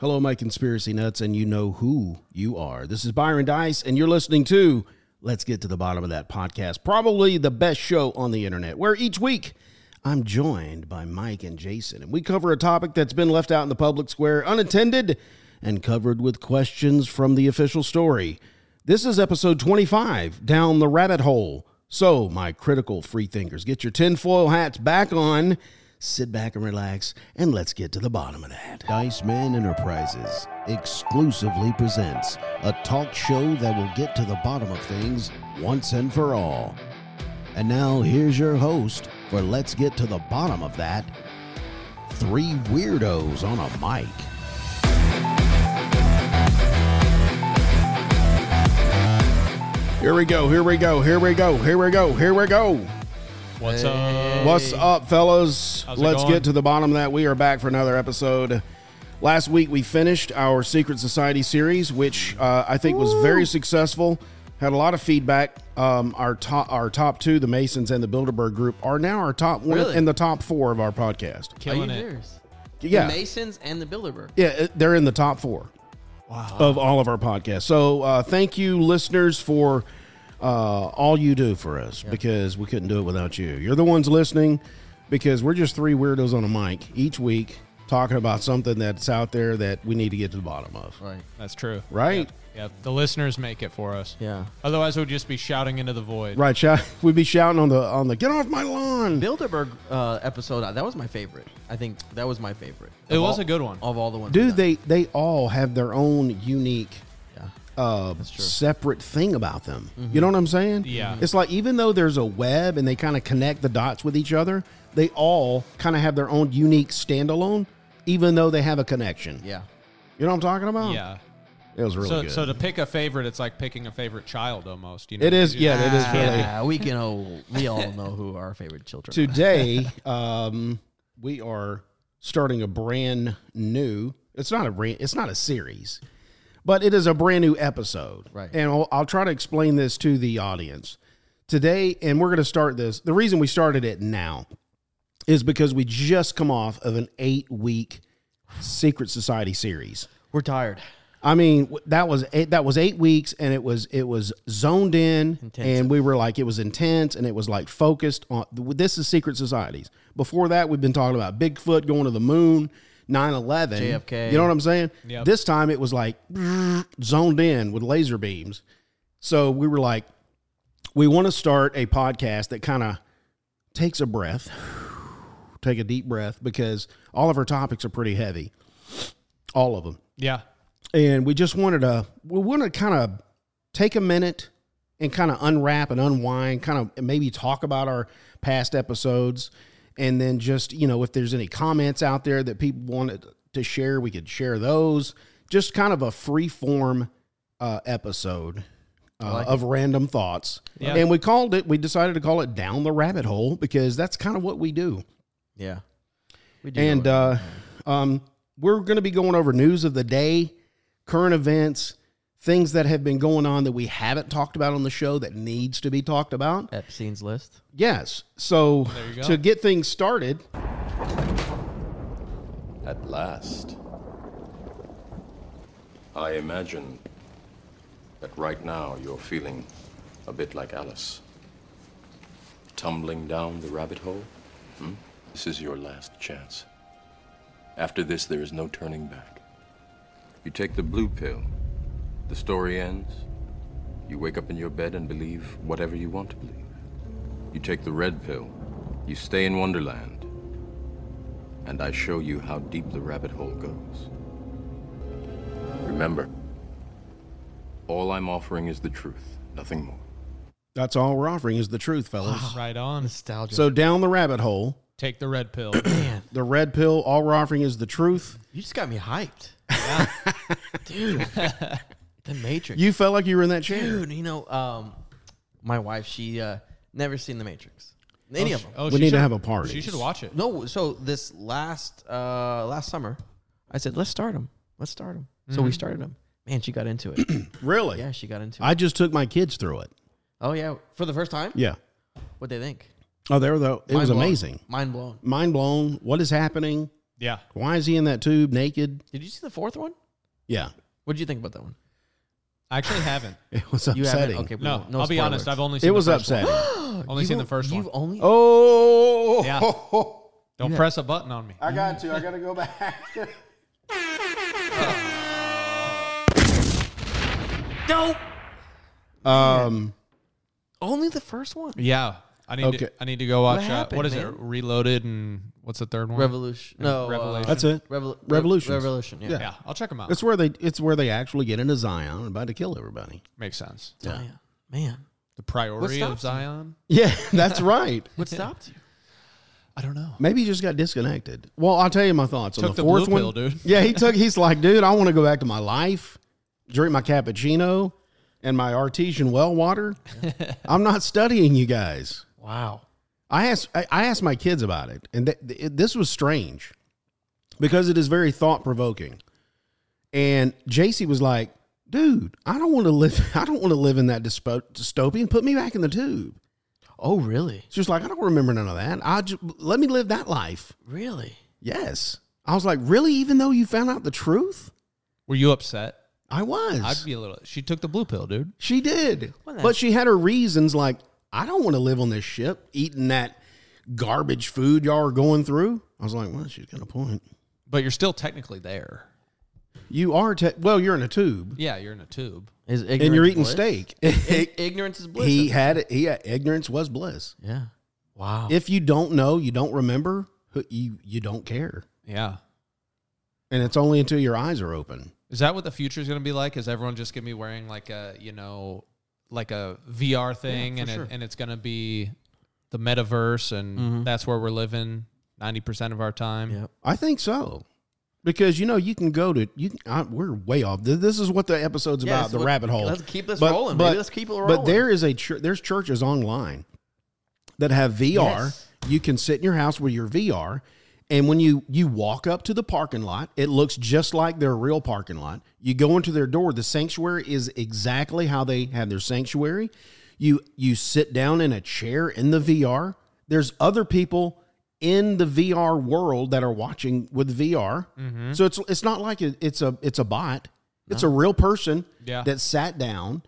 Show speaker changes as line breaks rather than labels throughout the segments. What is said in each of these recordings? Hello, my conspiracy nuts, and you know who you are. This is Byron Dice, and you're listening to Let's Get to the Bottom of That podcast, probably the best show on the internet, where each week I'm joined by Mike and Jason, and we cover a topic that's been left out in the public square unattended and covered with questions from the official story. This is episode 25, Down the Rabbit Hole. So, my critical free thinkers, get your tinfoil hats back on, sit back and relax, and let's get to the bottom of that. Dice Man Enterprises exclusively presents a talk show that will get to the bottom of things once and for all. And now, here's your host for Let's Get to the Bottom of That Three Weirdos on a Mic. Here we go, here we go, here we go, here we go, here we go.
What's up?
What's up, fellas?
How's it
Let's
going?
get to the bottom of that. We are back for another episode. Last week we finished our Secret Society series, which uh, I think was very successful. Had a lot of feedback. Um, our top, our top two, the Masons and the Bilderberg Group, are now our top one
Really?
and the top four of our podcast.
Killing
Are you
it.
serious?
Yeah,
The Masons and the Bilderberg.
yeah, it- they're in the top four of all of our podcasts. So uh, thank you, listeners, for uh, all you do for us because we couldn't do it without you. You're the ones listening because we're just three weirdos on a mic each week talking about something that's out there that we need to get to the bottom of.
Right.
That's true.
Right?
Yep. The listeners make it for us.
Yeah.
Otherwise, we'd just be shouting into the void.
Right. Shout, we'd be shouting on the on the get off my lawn.
Bilderberg uh, episode uh, that was my favorite. I think that was my favorite.
It
Of
was
all-
a good one.
of all the ones.
Dude,
we've done.
they they all have their own unique
Yeah.
uh,
true.
separate thing about them. You know what I'm saying?
Mm-hmm. Yeah.
It's like even though there's a web and they kind of connect the dots with each other, they all kind of have their own unique standalone, even though they have a connection.
Yeah.
You know what I'm talking about?
Yeah.
It was really
so,
good.
so to pick a favorite, it's like picking a favorite child almost. You know?
it is,
You-
yeah, it is really.
Yeah, we can all we all know who our favorite children. are.
Today, um, we are starting a brand new. It's not a brand. It's not a series, but it is a brand new episode.
Right.
And I'll, I'll try to explain this to the audience today. And we're going to start this. The reason we started it now is because we just come off of an eight week secret society series.
We're tired.
I mean, w- that was eight, that was eight weeks, and it was it was zoned in, and we were like it was intense, and it was like focused on. This is secret societies. Before that, we've been talking about Bigfoot going to the moon, 9-11.
JFK.
You know what I'm saying?
Yep.
This time it was like zoned in with laser beams. So we were like, we want to start a podcast that kind of takes a breath, take a deep breath, because all of our topics are pretty heavy, all of them
Yeah.
and we just wanted to we want to kind of take a minute and kind of unwrap and unwind kind of maybe talk about our past episodes and then just you know if there's any comments out there that people wanted to share we could share those just kind of a free form uh, episode uh, of random thoughts
Yeah.
and we called it we decided to call it down the rabbit hole because that's kind of what we do
Yeah. We do.
and uh, um, we're going to be going over news of the day, current events, things that have been going on that we haven't talked about on the show that needs to be talked about.
Epstein's list.
Yes. So
you go.
to get things started,
At last. I imagine that right now you're feeling a bit like Alice. Tumbling down the rabbit hole? hmm? This is your last chance. After this, there is no turning back. You take the blue pill, the story ends. You wake up in your bed and believe whatever you want to believe. You take the red pill, you stay in Wonderland, and I show you how deep the rabbit hole goes. Remember, all I'm offering is the truth, nothing more.
that's all we're offering is the truth, fellas.
Ah,
Right on.
Nostalgia.
So down the rabbit hole,
Take the red pill.
the red pill, all we're offering is the truth.
you just got me hyped. Dude. the Matrix.
You felt like you were in that chair.
Dude, you know, um, my wife, she uh, never seen the Matrix. Any of them.
Oh,
We
she
need to
should-
have a party.
She should watch it.
No, so this last uh last summer, I said let's start them. Let's start them. So we started them. Man, she got into it.
Really?
yeah, she got into it.
Mm-hmm. I just took my kids through it.
oh yeah, for the first time.
Yeah.
What they think?
Oh, there though, it was
Mind blown.
amazing.
Mind blown.
Mind blown. What is happening?
Yeah.
Why is he in that tube naked?
Did you see the fourth one?
Yeah,
What did you think about that one?
I actually haven't.
it was
You haven't?
upsetting.
Okay, we
No,
won't. no
I'll be honest.
spoilers.
I've only seen
It was
the first one.
upsetting.
Only
You've
seen the
on-
first
you've
one.
Only
Oh,
Yeah. Don't press a button on me.
I got to. I got to go back.
Nope.
um,
Only the first one.
Yeah. I need
Okay.
to I need to go watch
What
uh, what
happened,
is
man?
it? Reloaded and what's the third one?
Revolution. No. uh,
Revelation.
that's it.
Revol- uh,
Revolutions.
Revolution. Yeah.
Yeah, I'll check them out.
It's where they. It's where they actually get into Zion and about to kill everybody.
Makes sense.
Yeah.
Zion. Oh, Man.
The priority
What
of
stops you?
Zion?
Yeah, that's right.
What stopped you?
I don't know.
Maybe he just got disconnected. Well, I'll tell you my thoughts on
Took
the
the
fourth
blue
one,
pill, dude.
Yeah, he took. He's like, dude, I want to go back to my life, drink my cappuccino, and my artesian well water. I'm not studying you guys.
Wow.
I asked. I I asked my kids about it, and th- th- it- this was strange because it is very thought provoking. And JC was like, dude, I don't want to live. I don't want to live in that dyspo- dystopian. Put me back in the tube.
Oh, really?
She was like, I don't remember none of that. I just, let me live that life.
Really?
Yes. I was like, really? Even though you found out the truth?
Were you upset?
I was.
I'd be a little. She took the blue pill, dude.
she did.
Well,
but she had her reasons like, I don't want to live on this ship eating that garbage food y'all are going through. I was like, well, she's got a point.
But you're still technically there.
You are, te- well, you're in a tube
Yeah, you're in a tube.
Is
and you're
ignorance
eating
bliss?
steak.
I- ignorance is bliss.
he had it. He had, ignorance was bliss.
yeah. Wow.
If you don't know, you don't remember, you, you don't care.
Yeah.
And it's only until your eyes are open.
Is that what the future is going to be like? Is everyone just going to be wearing like a you know like a VR thing,
for
and
sure. Mm-hmm.
it, and it's going to be the metaverse, and that's where we're living ninety percent of our time.
Yep.
I think so. Because you know you can go to you. Can, I, we're way off. Th- This is what the episode's
Yeah,
about.
this
The
is what-
rabbit hole.
let's keep this rolling, baby. Let's keep it
But
rolling.
there is a chur- there's churches online that have VR.
Yes.
You can sit in your house with your VR, and when you you walk up to the parking lot, it looks just like their real parking lot. You go into their door. The sanctuary is exactly how they have their sanctuary. You you sit down in a chair in the VR. There's other people in the VR world that are watching with VR. So it's it's not like it, it's a it's a bot. It's a real person
Yeah.
that sat down.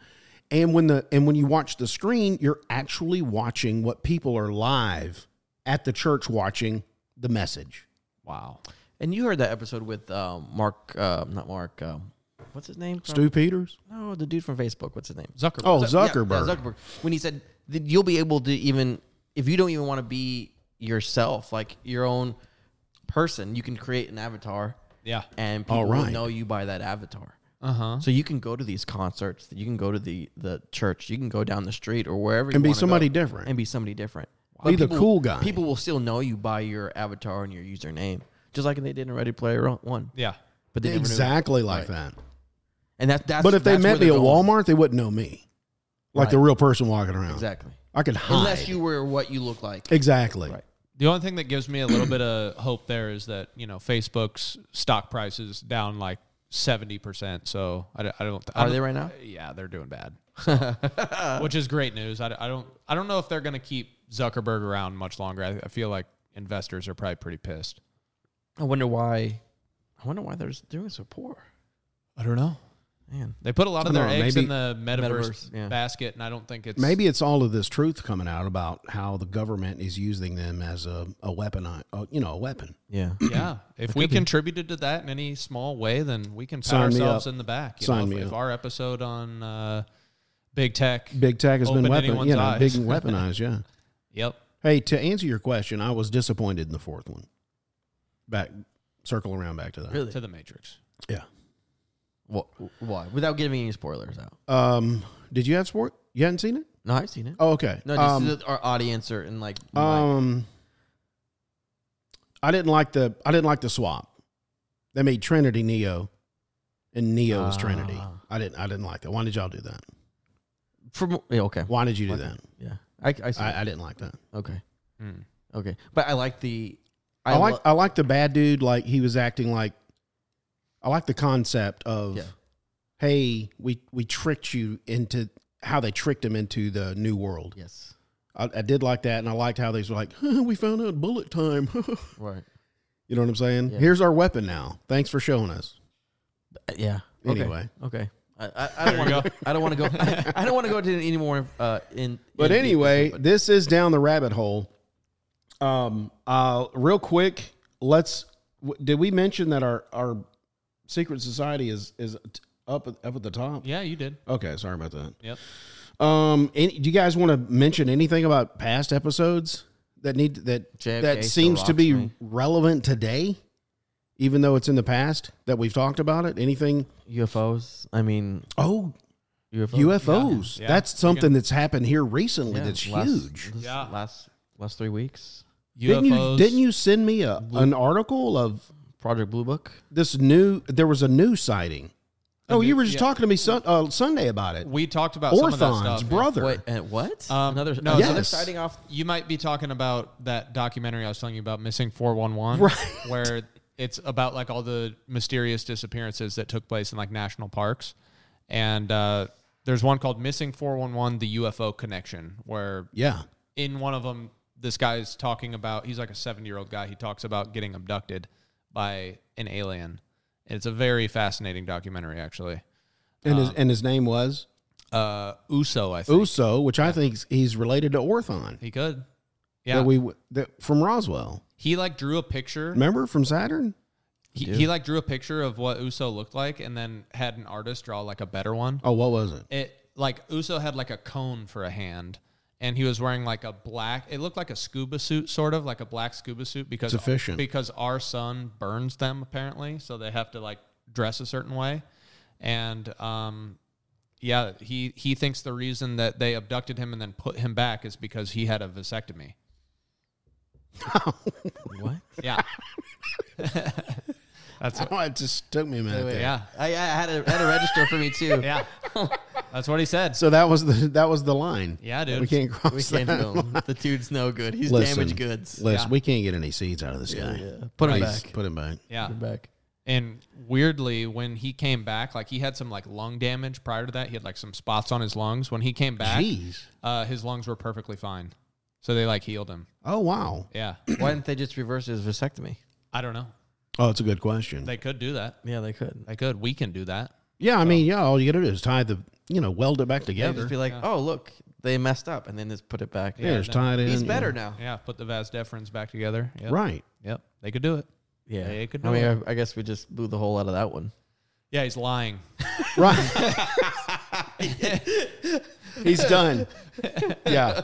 And when the and when you watch the screen, you're actually watching what people are live at the church watching the message.
Wow.
And you heard that episode with um, Mark, uh, not Mark. Um, what's his name? from-
Stu Peters?
No, the dude from Facebook. What's his name?
Zuckerberg.
Oh,
Yeah,
Zuckerberg.
yeah, Zuckerberg. When he said that you'll be able to even if you don't even want to be yourself, like your own person, you can create an avatar,
Yeah.
and people
All
will
right. Uh-huh.
know you by that avatar.
Uh huh.
So you can go to these concerts, you can go to the the church, you can go down the street or wherever you
And be
wanna go
somebody different.
and be somebody different.
Be the cool guy.
People will still know you by your avatar and your username, just like they did in Ready Player One.
Yeah.
But they never knew-
Exactly like that.
and that, that's
But if they
that's where
met me
they're
at
going.
Walmart, they wouldn't know me. Like the real person walking around.
exactly.
I could hide.
Unless you were what you look like.
Exactly.
Right.
The only thing that gives me a little bit of hope there is that you know Facebook's stock price is down like seventy percent. So I, don't- I don't. I
Are
don't-
they right now?
Yeah, they're doing bad, So, which is great news. I, I don't. I don't know if they're going to keep Zuckerberg around much longer. I, I feel like investors are probably pretty pissed.
I wonder why. I wonder why they're doing so poor.
I don't know.
Man,
They put a lot
I
of their
don't know,
eggs
maybe-
in the metaverse,
Metaverse, yeah.
basket, and I don't think it's
Maybe it's all of this truth coming out about how the government is using them as a, a weapon, uh, you know, a weapon.
yeah.
Yeah, if we contributed to that in any small way, then we can pat
Sign me
ourselves
up.
in the back. You
Sign
know, if,
me
if
up.
our episode on uh, big tech,
Big tech has been
Opened
weapon,
anyone's
you know,
eyes.
big and weaponized, yeah.
yep,
Hey, to answer your question, I was disappointed in the fourth one. Back, circle around back to that.
Really?
to the Matrix.
Yeah.
Wha- Why? Without giving any spoilers out.
Um, did you have sport? You hadn't seen it?
No, I've seen it.
Oh, okay.
No, just
um,
so that our audience or and like. my-
um, I didn't like the I didn't like the swap. They made Trinity Neo, and Neo was Trinity.
Ah.
I didn't I didn't like that. Why did y'all do that?
from yeah, okay.
Why did you do
Okay.
that?
Yeah, I, I see.
I, I didn't like that.
okay,
Hmm.
okay, but I like the.
I, like
lo-
I like the bad dude. Like he was acting like. I like the concept of,
Yeah.
hey, we we tricked you into how they tricked him into the new world.
yes,
I, I did like that, and I liked how they were like, "Huh, we found out bullet time.
right.
You know what I'm saying? Here's our weapon now. Thanks for showing us.
Yeah. Okay.
Anyway.
Okay. I, I, I don't want to. I don't want to go. I, I don't want to go into any more. Uh, in.
But
in-
anyway, this is down the rabbit hole. Um, uh, real quick, let's. W- did we mention that our our secret society is is t- up at- up at the top?
Yeah, you did.
Okay, sorry about that.
Yep.
Um, any, do you guys want to mention anything about past episodes that need that
JFK
that
still
seems to
rocks
be
me.
relevant today, even though it's in the past that we've talked about it? Anything?
UFOs. I mean
Oh,
UFOs.
UFOs.
Yeah.
That's
Yeah.
something that's happened here recently.
Yeah,
that's
last-
huge.
this
Yeah.
Last last three weeks.
Didn't you,
UFOs.
didn't you send me a, an article of
Project Blue Book.
this new? There was a new sighting. Oh, you were just
yeah.
talking to me sun, uh, Sunday about it.
We talked about some of that
Orthon's
stuff.
brother.
Wait. And what?
Um,
another.
no,
another
yes.
sighting off.
You might be talking about that documentary I was telling you about, Missing 411,
Right.
where it's about like all the mysterious disappearances that took place in like national parks. And uh, there's one called Missing 411, the UFO connection, where
Yeah.
in one of them, this guy's talking about, he's like a 70 year old guy. He talks about getting abducted by an alien. It's a very fascinating documentary, actually.
And
Um,
his and his name was
Uh, Uso, I think.
Uso, which I think he's related to Orthon.
He could.
that
Yeah.
we w- that from Roswell.
he like drew a picture.
Remember from Saturn?
He, he like drew a picture of what Uso looked like and then had an artist draw like a better one.
Oh, what was it?
It like Uso had like a cone for a hand and he was wearing like a black it looked like a scuba suit sort of like a black scuba suit because
It's efficient.
because our sun burns them apparently so they have to like dress a certain way and um yeah he he thinks the reason that they abducted him and then put him back is because he had a vasectomy
What?
yeah that's what,
Oh, it just took me a minute. there.
yeah
I, I had to had to register for me too.
yeah that's what he said
So that was the that was the line.
Yeah, dude.
We can't cross
We can't
that.
film. The dude's no good. He's
Listen,
damaged goods.
Listen,
Yeah.
we can't get any seeds out of this guy.
Put him
Please,
back.
Put him back.
yeah
back.
And weirdly, when he came back, like he had some like lung damage prior to that. He had like some spots on his lungs. When he came back,
Jeez.
uh, his lungs were perfectly fine. So they like healed him.
Oh wow.
Yeah.
Why didn't they just reverse his vasectomy?
I don't know.
Oh, it's a good question.
They could do that.
Yeah, they could.
They could. We can do that.
yeah, I mean, yeah, all you gotta do is tie the you know, weld it back
They'd
together.
just be like, "Oh, look, they messed up," and then just put it back.
yeah, just tie it in.
He's
yeah.
better now.
Yeah. Put the vas deferens back together. Yep.
Right.
Yep. They could do it.
Yeah,
They could
I
do
mean, I, I guess we just blew the hole out of that one.
Yeah. He's lying.
Right. He's done. Yeah.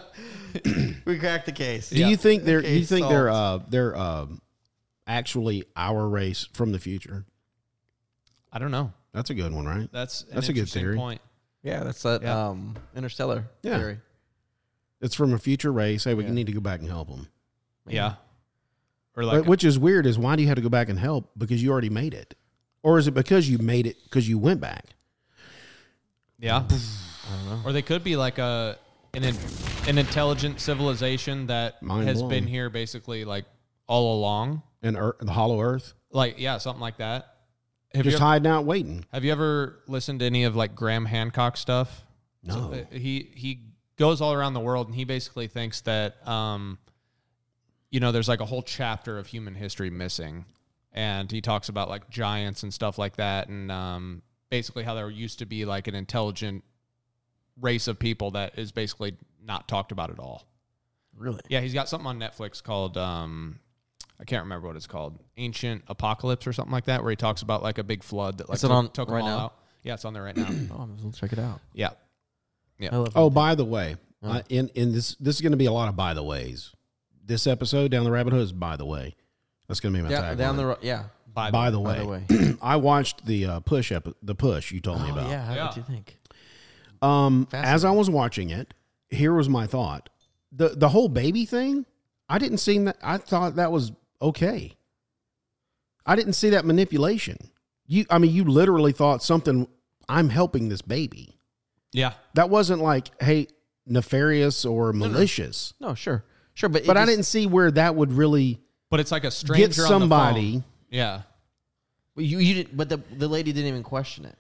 We cracked the case.
Do you think they're
Okay,
you think they're uh
solved.
they're um actually our race from the future?
I don't know.
That's a good one, right?
That's an
That's a good
interesting
theory.
point.
Yeah, that's that
Yeah.
um, interstellar
Yeah.
theory.
It's from a future race. Hey, we need to go back and help them.
Yeah. Or like,
Which is weird is why do you have to go back and help? Because you already made it, or is it because you made it because you went back?
Yeah. Or they could be like a an in- an intelligent civilization that
Mind
has
blown.
been here basically like all along.
And earth, the Hollow Earth,
Like yeah, something like that. Have
just
you ever,
hiding out waiting.
have you ever listened to any of like Graham Hancock stuff?
No,
Uh, he he goes all around the world and he basically thinks that um you know there's like a whole chapter of human history missing and he talks about like giants and stuff like that and um basically how there used to be like an intelligent race of people that is basically not talked about at all
Really?
yeah he's got something on netflix called um I can't remember what it's called, Ancient Apocalypse or something like that, where he talks about like a big flood that like
Is it
took,
on
took 'em
right
all
now?
out. Yeah, it's on there right now.
Oh, I'm gonna check it out.
yeah,
I love
Oh, by the way, uh, in in this this is going to be a lot of by the ways. This episode down the rabbit hole is by the way. That's going to be my
yeah,
tagline.
down the road. Yeah.
by the
by the
By the
way, I watched the uh, push epi- the push you told me
Oh,
about.
yeah. How
Yeah.
did you think?
Um,
Fascinating.
as I was watching it, here was my thought: the the whole baby thing. I didn't seem that. I thought that was okay. I didn't see that manipulation. You, I mean, you literally thought something. I'm helping this baby.
yeah,
That wasn't like, hey, nefarious or malicious.
No, sure, sure, but it
But I
just-
didn't see where that would really
But it's like a stranger
get
On the
somebody.
phone. Yeah,
Well, you you didn't, but the the lady didn't even question it.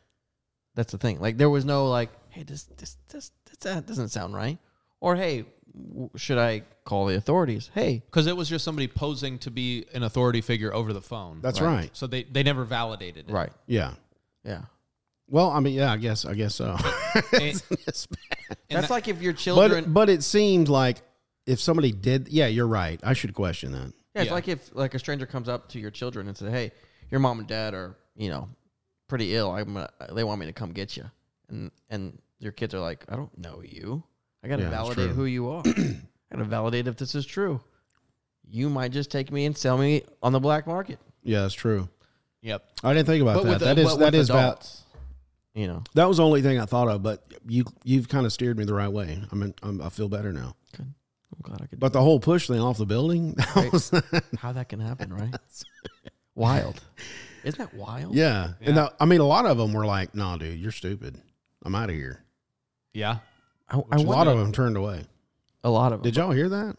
That's the thing. Like there was no like, hey, this this this, this that doesn't sound right, Or hey, w- should I call the authorities? Hey,
because it was just somebody posing to be an authority figure over the phone.
That's right.
so they they never validated it.
right,
Yeah.
yeah.
Well, I mean, yeah, I guess, I guess so. It's- it's bad.
That's like if your children.
But but it seems like if somebody did, yeah, you're right. I should question that.
yeah, it's
yeah.
like if like a stranger comes up to your children and says, "Hey, your mom and dad are you know pretty ill. I'm gonna, they want me to come get you," and and your kids are like, "I don't know you. I gotta
Yeah, that's
validate
true.
who you are. I gotta validate if this is true. You might just take me and sell me on the black market."
Yeah, that's true.
Yep.
I didn't think about that. that is
but
that is val-
adults, you know.
that was the only thing I thought of. But you you've kind of steered me the right way. I mean, I'm, I feel better now.
I'm glad I could.
But the whole push thing off the building, that was-
how that can happen, right? wild. Isn't that wild?
yeah. And the, I mean, a lot of them were like, "Nah, dude, you're stupid. I'm out of here."
Yeah.
I, I
A
wonder,
lot of them turned away.
a lot of them.
Did y'all hear that?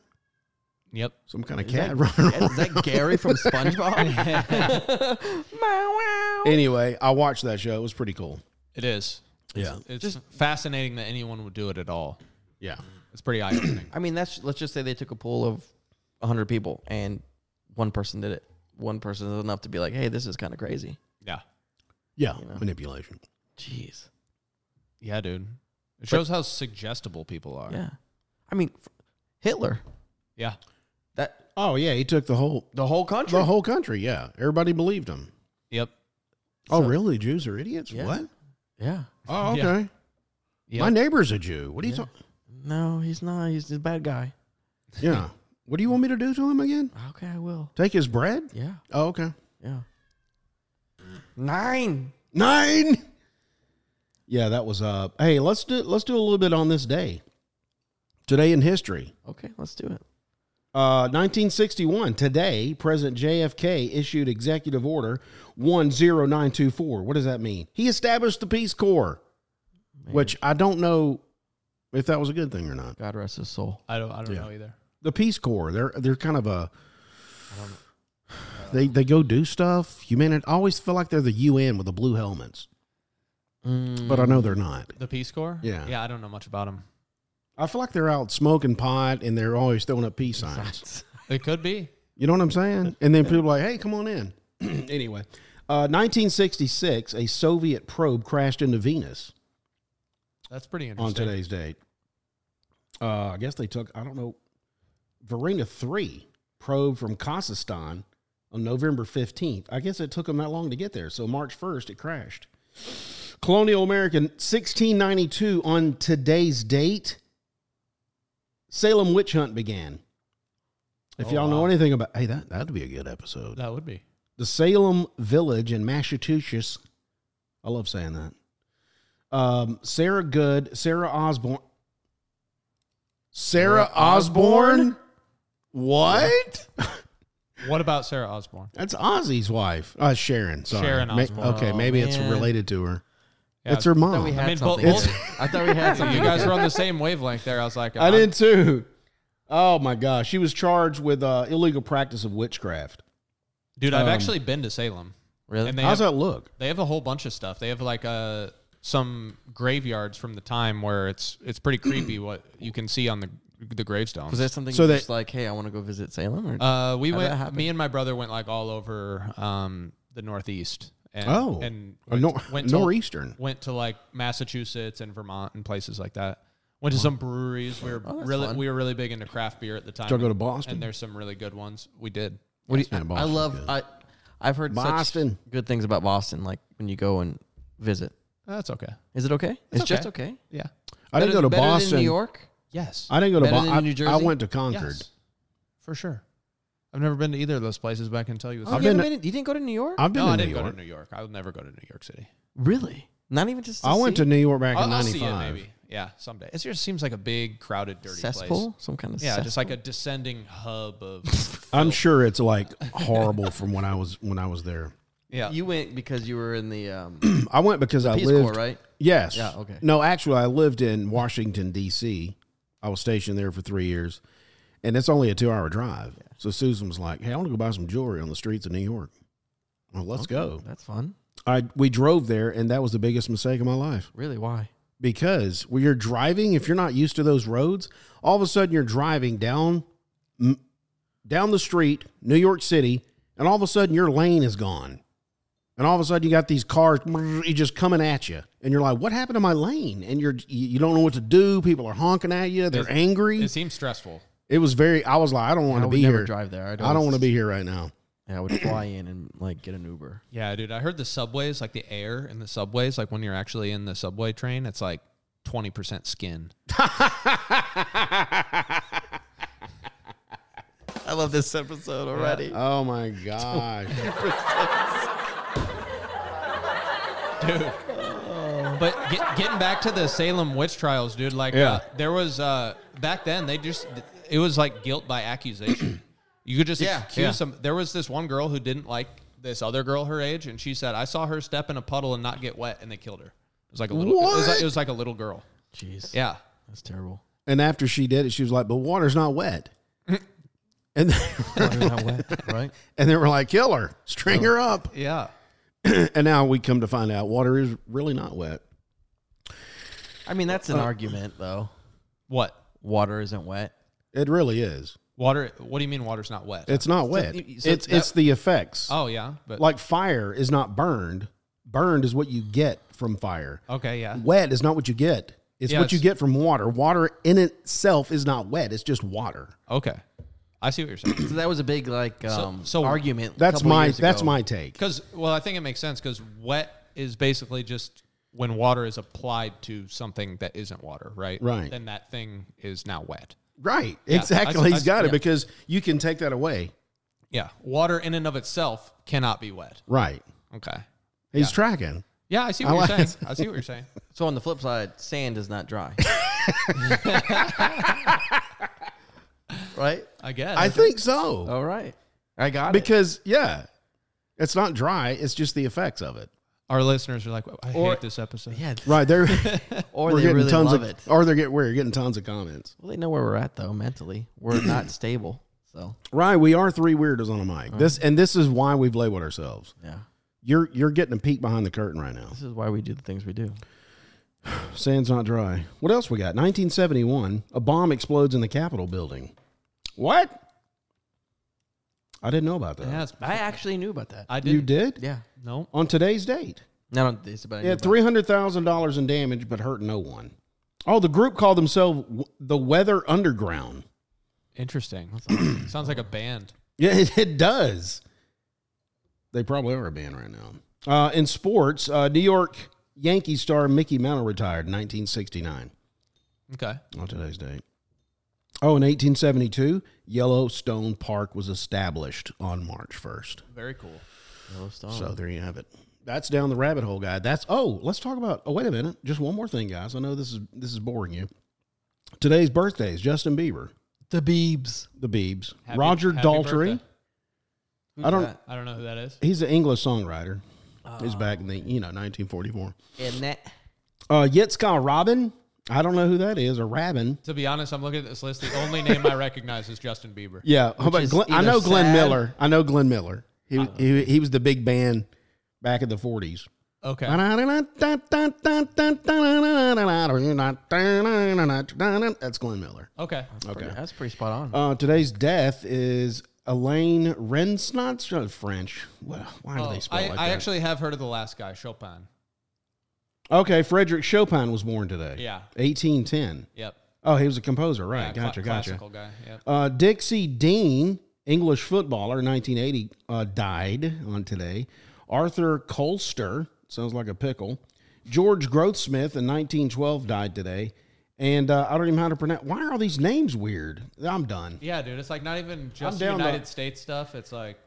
Yep.
Some kind of
Is that,
cat running around.
is that Gary from SpongeBob? Meow, meow.
Anyway, I watched that show. It was pretty cool.
It is.
Yeah,
It's fascinating that anyone would do it at all.
yeah.
It's pretty eye opening.
I mean, that's let's just say they took a poll of 100 people and one person did it. One person is enough to be like, "Hey, this is kind of crazy."
yeah.
Yeah,
You know.
manipulation.
Jeez.
Yeah, dude. It shows how suggestible people are.
Yeah. I mean, f- Hitler.
Yeah.
That
Oh yeah, he took the whole
the whole country.
the whole country. Yeah, everybody believed him.
Yep.
Oh, really? Jews are idiots?
Yeah.
What?
yeah.
Oh,
Yeah.
okay.
Yep.
My neighbor's a Jew. What do you
Yeah.
talk?
No, he's not. He's a bad guy.
Yeah. What do you want me to do to him again?
Okay, I will.
Take his bread?
Yeah.
Oh, okay.
Yeah. Nine.
Nine. Yeah, that was uh. Hey, let's do let's do a little bit on this day. Today in history,
Okay, let's do it.
uh, 1961. Today, President JFK issued Executive Order 10924. What does that mean? He established the Peace Corps, which I don't know if that was a good thing or not.
God rest his soul.
I don't. I don't
Yeah.
know either.
the Peace Corps. They're they're kind of a they they go do stuff. Humanity. I always feel like they're the UN with the blue helmets, but I know they're not.
The Peace Corps.
Yeah.
Yeah. I don't know much about them.
I feel like they're out smoking pot and they're always throwing up peace signs.
It could be.
You know what I'm saying? And then people are like, hey, come on in. anyway, uh, 1966, a Soviet probe crashed into Venus.
That's pretty
on
interesting.
today's date. Uh, I guess they took, I don't know, Varina 3 probe from Kazakhstan on November 15th. I guess it took them that long to get there. So March 1st, it crashed. Colonial American 1692 on today's date. Salem witch hunt began. If
Oh,
y'all know
wow.
anything about, hey, that that'd be a good episode.
That would be.
The Salem Village in Massachusetts. I love saying that. Um, Sarah Good, Sarah Osborne. Sarah,
Sarah
Osborne?
Osborne?
What?
What about Sarah Osborne?
That's Ozzy's wife. Uh, Sharon. Sorry.
Sharon
Ma-
Osbourne.
okay,
Oh,
maybe it's
man.
related to her.
Yeah,
it's her
I thought
mom.
we
I,
had
mean, both-
something.
both-
here. I thought we had something.
You guys are on the same wavelength there. I was like, I'm-
did too. Oh my gosh. She was charged with uh, illegal practice of witchcraft.
dude. I've
um,
actually been to Salem,
really.
and they
How's
have,
that look?
they have a whole bunch of stuff. They have like uh, some graveyards from the time where it's it's pretty creepy what you can see on the the gravestones.
was that something?
So
So
that-
just like, hey, I want to go visit Salem. Or,
Uh, we
How'd that
went.
happen?
Me and my brother went like all over um, the Northeast. And,
Oh.
and
A nor- northeastern.
To, went to like Massachusetts and Vermont and places like that. Went to some breweries. We were
Oh, that's
really
fun.
we were really big into craft beer at the time.
Did y'all go to Boston?
And there's some really good ones. We did.
what do you,
Yeah,
I- I
Boston's
love.
good.
I, I've heard such
Boston.
good things about Boston. Like when you go and visit,
That's okay.
Is it okay? It's,
okay.
just okay.
Yeah.
I didn't
Better-
go to
better than
Boston.
New York.
Yes.
I didn't go to
Better than
Boston.
New
I
Jersey?
went to Concord.
Yes. For sure. I've never been to either of those places, but I can tell you.
Oh,
I've
you,
been-
haven't been to- you didn't go to New York.
I've been
no,
to
I
New
didn't go
York.
to New York. I would never go to New York City.
really? Not even just. To
I went
see?
to New York back
I'll,
in
Oh, I'll
'95.
see it maybe. Yeah, someday. It just seems like a big, crowded, dirty
cesspool,
place.
some kind of
Yeah, just like
cesspool.
a descending hub of.
I'm sure it's like horrible from when I was when I was there.
yeah.
You went because you were in the um,
I went because I
Peace
lived
Corps, right?
Yes.
Yeah, okay.
No, actually, I lived in Washington D.C. I was stationed there for three years, and it's only a two-hour drive. So Susan was like, "Hey, I want to go buy some jewelry on the streets of New York." Well, let's go.
That's fun.
I we drove there, and that was the biggest mistake of my life
Really? Why?
because when you're driving, if you're not used to those roads, all of a sudden you're driving down m- down the street, New York City, and all of a sudden your lane is gone. And all of a sudden you got these cars just coming at you. And you're like, what happened to my lane? And you're you you don't know what to do. People are honking at you. They're
It's-
angry.
It seems stressful.
It was very I was like, I don't want
I
to
would
be
never
here.
drive there. I'd
I don't
always-
want to be here right now.
Yeah, I would fly in and like get an Uber.
Yeah, dude. I heard the subways, like the air in the subways, like when you're actually in the subway train, it's like 20% skin.
I love this episode already.
Oh my gosh.
But get, getting back to the Salem witch trials, dude. Like,
Yeah.
uh, there was uh, back then they just it was like guilt by accusation. you could just
Yeah,
accuse
yeah.
some. There was this one girl who didn't like this other girl her age, and she said, "I saw her step in a puddle and not get wet, and they killed her." It was like a little. It, was like, it was like a little girl.
Jeez.
Yeah.
That's terrible.
and after she did it, she was like, But water's not wet. and they-
right?
and they were like, Kill her, string her up.
Yeah.
Oh. And now we come to find out water is really not wet.
I mean, that's an
Uh,
argument, though.
What?
Water isn't wet.
It really is.
Water? What do you mean water's not wet?
It's not wet.
y- so
it's
that-
it's the effects.
oh yeah, but
Like fire is not burned. Burned is what you get from fire.
Oh.
okay, yeah.
Wet is not what you get. It's
Yeah,
what you
it's-
get from water. Water in itself is not wet. It's just water.
Okay, I see what you're saying.
So that was a big like um,
so-
argument. a
That's
couple
my
years
that's
ago.
my take.
Because well, I think it makes sense because wet is basically just when water is applied to something that isn't water, right?
Right.
Then that thing is now wet.
Right.
Yeah,
exactly.
I- I-
He's got it
yeah.
because you can take that away.
Yeah. Water in and of itself cannot be wet.
Right.
Okay.
He's tracking.
Yeah, I see what
I
you're
like-
saying. I see what you're saying.
So on the flip side, sand is not dry. right?
I guess.
I think so.
All right. I got it.
because yeah, it's not dry. It's just the effects of it.
Our listeners are like, I
Or-
hate this episode.
Yeah.
Right. They're
Or
we're
they
getting
really
tons
love
of
it.
or they're getting we're getting tons of comments.
Well, they know where we're at though mentally. We're not stable. So
Right. We are three weirdos on a mic.
Oh.
This and this is why we've labeled ourselves.
yeah,
You're you're getting a peek behind the curtain right now.
this is why we do the things we do.
Sand's not dry. What else we got? 1971. A bomb explodes in the Capitol building. What? I didn't know about that.
Yeah, it's-
I actually knew about that.
I did.
you did?
yeah.
No.
On today's date.
No, no, it's about. I
It
knew
had
about
three hundred thousand dollars in damage, but hurt no one. Oh, the group called themselves w- the Weather Underground.
Interesting. Sounds like a band.
Yeah, it, it does. They probably are a band right now. Uh, in sports, uh, New York Yankee star Mickey Mantle retired in 1969
Okay.
on today's date. Oh, in 1872, Yellowstone Park was established on March 1st.
Very cool.
Yellowstone.
Oh.
So there you have it. That's down the rabbit hole, guy. That's oh, let's talk about. Oh, wait a minute, just one more thing, guys. I know this is this is boring you. Today's birthday is Justin Bieber,
the Beebs.
the Biebs,
Happy-
Roger
happy
Daltrey.
birthday.
I don't.
I don't know who that is.
He's an English songwriter. He's back in the you know 1944.
And that.
Uh, Yitzka Robin. I don't know who that is. Or Rabin.
To be honest, I'm looking at this list. The only name I recognize is Justin Bieber.
Yeah, how about
is
Glenn, I
either
know Glenn
sad-
Miller. I know Glenn Miller. He he, he was the big band back in the 40s.
Okay.
That's Glenn Miller.
Okay.
Okay.
That's pretty spot on.
Uh, today's death is Elaine Rensnot's uh, French. Well, why do
Oh,
they spell
I,
like
I
that?
actually have heard of the last guy, Chopin.
okay, Frederick Chopin was born today.
Yeah.
1810.
Yep.
Oh, he was a composer, right?
Yeah, cla-
gotcha, gotcha.
Classical guy. Yep.
Uh, Dixie Dean, English footballer, 1980, uh, died on today. Arthur Colster, sounds like a pickle. George Grothsmith in 1912 died today. And uh, I don't even know how to pronounce. Why are all these names weird? I'm done.
Yeah, dude. It's like not even just
down
United
to-
States stuff. It's like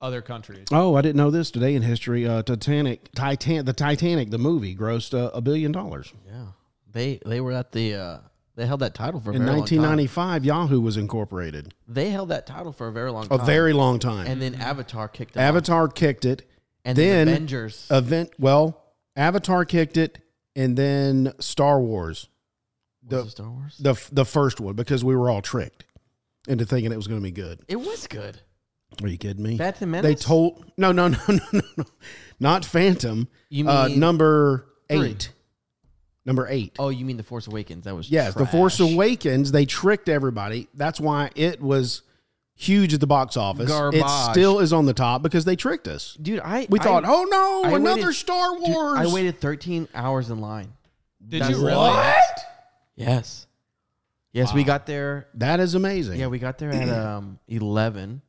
other countries.
Oh, I didn't know this today in history. Uh, Titanic, Titan, the Titanic, the movie grossed uh, a billion dollars
yeah. They they were at the. Uh, they held that title for a
in
very long time.
1995. Yahoo was incorporated.
They held that title for a very long
A
time.
very long time.
Uh, And then Avatar kicked it. off.
Avatar kicked it.
And
then uh,
then Avengers.
event. Well, Avatar kicked it, and then Star Wars,
Was
the-
it Star Wars.
the f- the first one, because we were all tricked into thinking it was going to be good.
It was good.
Are you kidding me?
Phantom Menace.
They told no, no, no, no, no, no, not Phantom.
You
uh,
mean-
number
Three.
eight? Number eight.
Oh, you mean the Force Awakens? That was
Yes, The
trash.
Force Awakens, they tricked everybody. That's why it was huge at the box office. It
Garbage.
still is on the top because they tricked us.
dude. I
We
I-
thought, oh no,
I
another
waited-
Star
dude,
Wars.
I waited 13 hours in line.
Did
That's-
you really?
What?
Yes, yes, we got there.
That is amazing.
Yeah, we got there at um 11.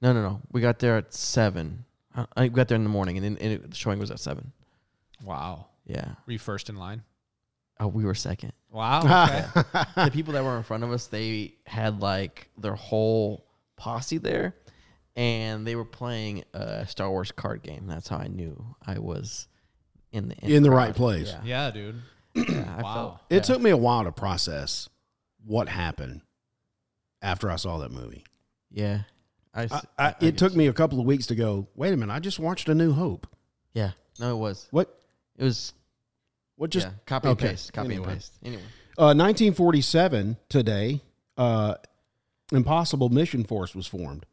No, no, no. We got there at seven. I- I got there in the morning, and, then and it, the showing was at seven.
Wow.
Yeah,
Were you first in line?
oh, we were second.
Wow. Okay.
the people that were in front of us, they had like their whole posse there, and they were playing a Star Wars card game. That's how I knew I was in the
In the
crowd.
right place.
Yeah,
yeah, dude.
yeah, I
Wow.
felt-
It took me a while to process what happened after I saw that movie.
yeah. I, s-
I, I,
I
it took
guess.
me a couple of weeks to go, wait a minute, I just watched A New Hope.
Yeah, no, it was.
What?
It was
What just
yeah, copy
okay,
and paste, copy
anyway.
and paste. Anyway,
Uh, 1947 today, uh, Impossible Mission Force was formed.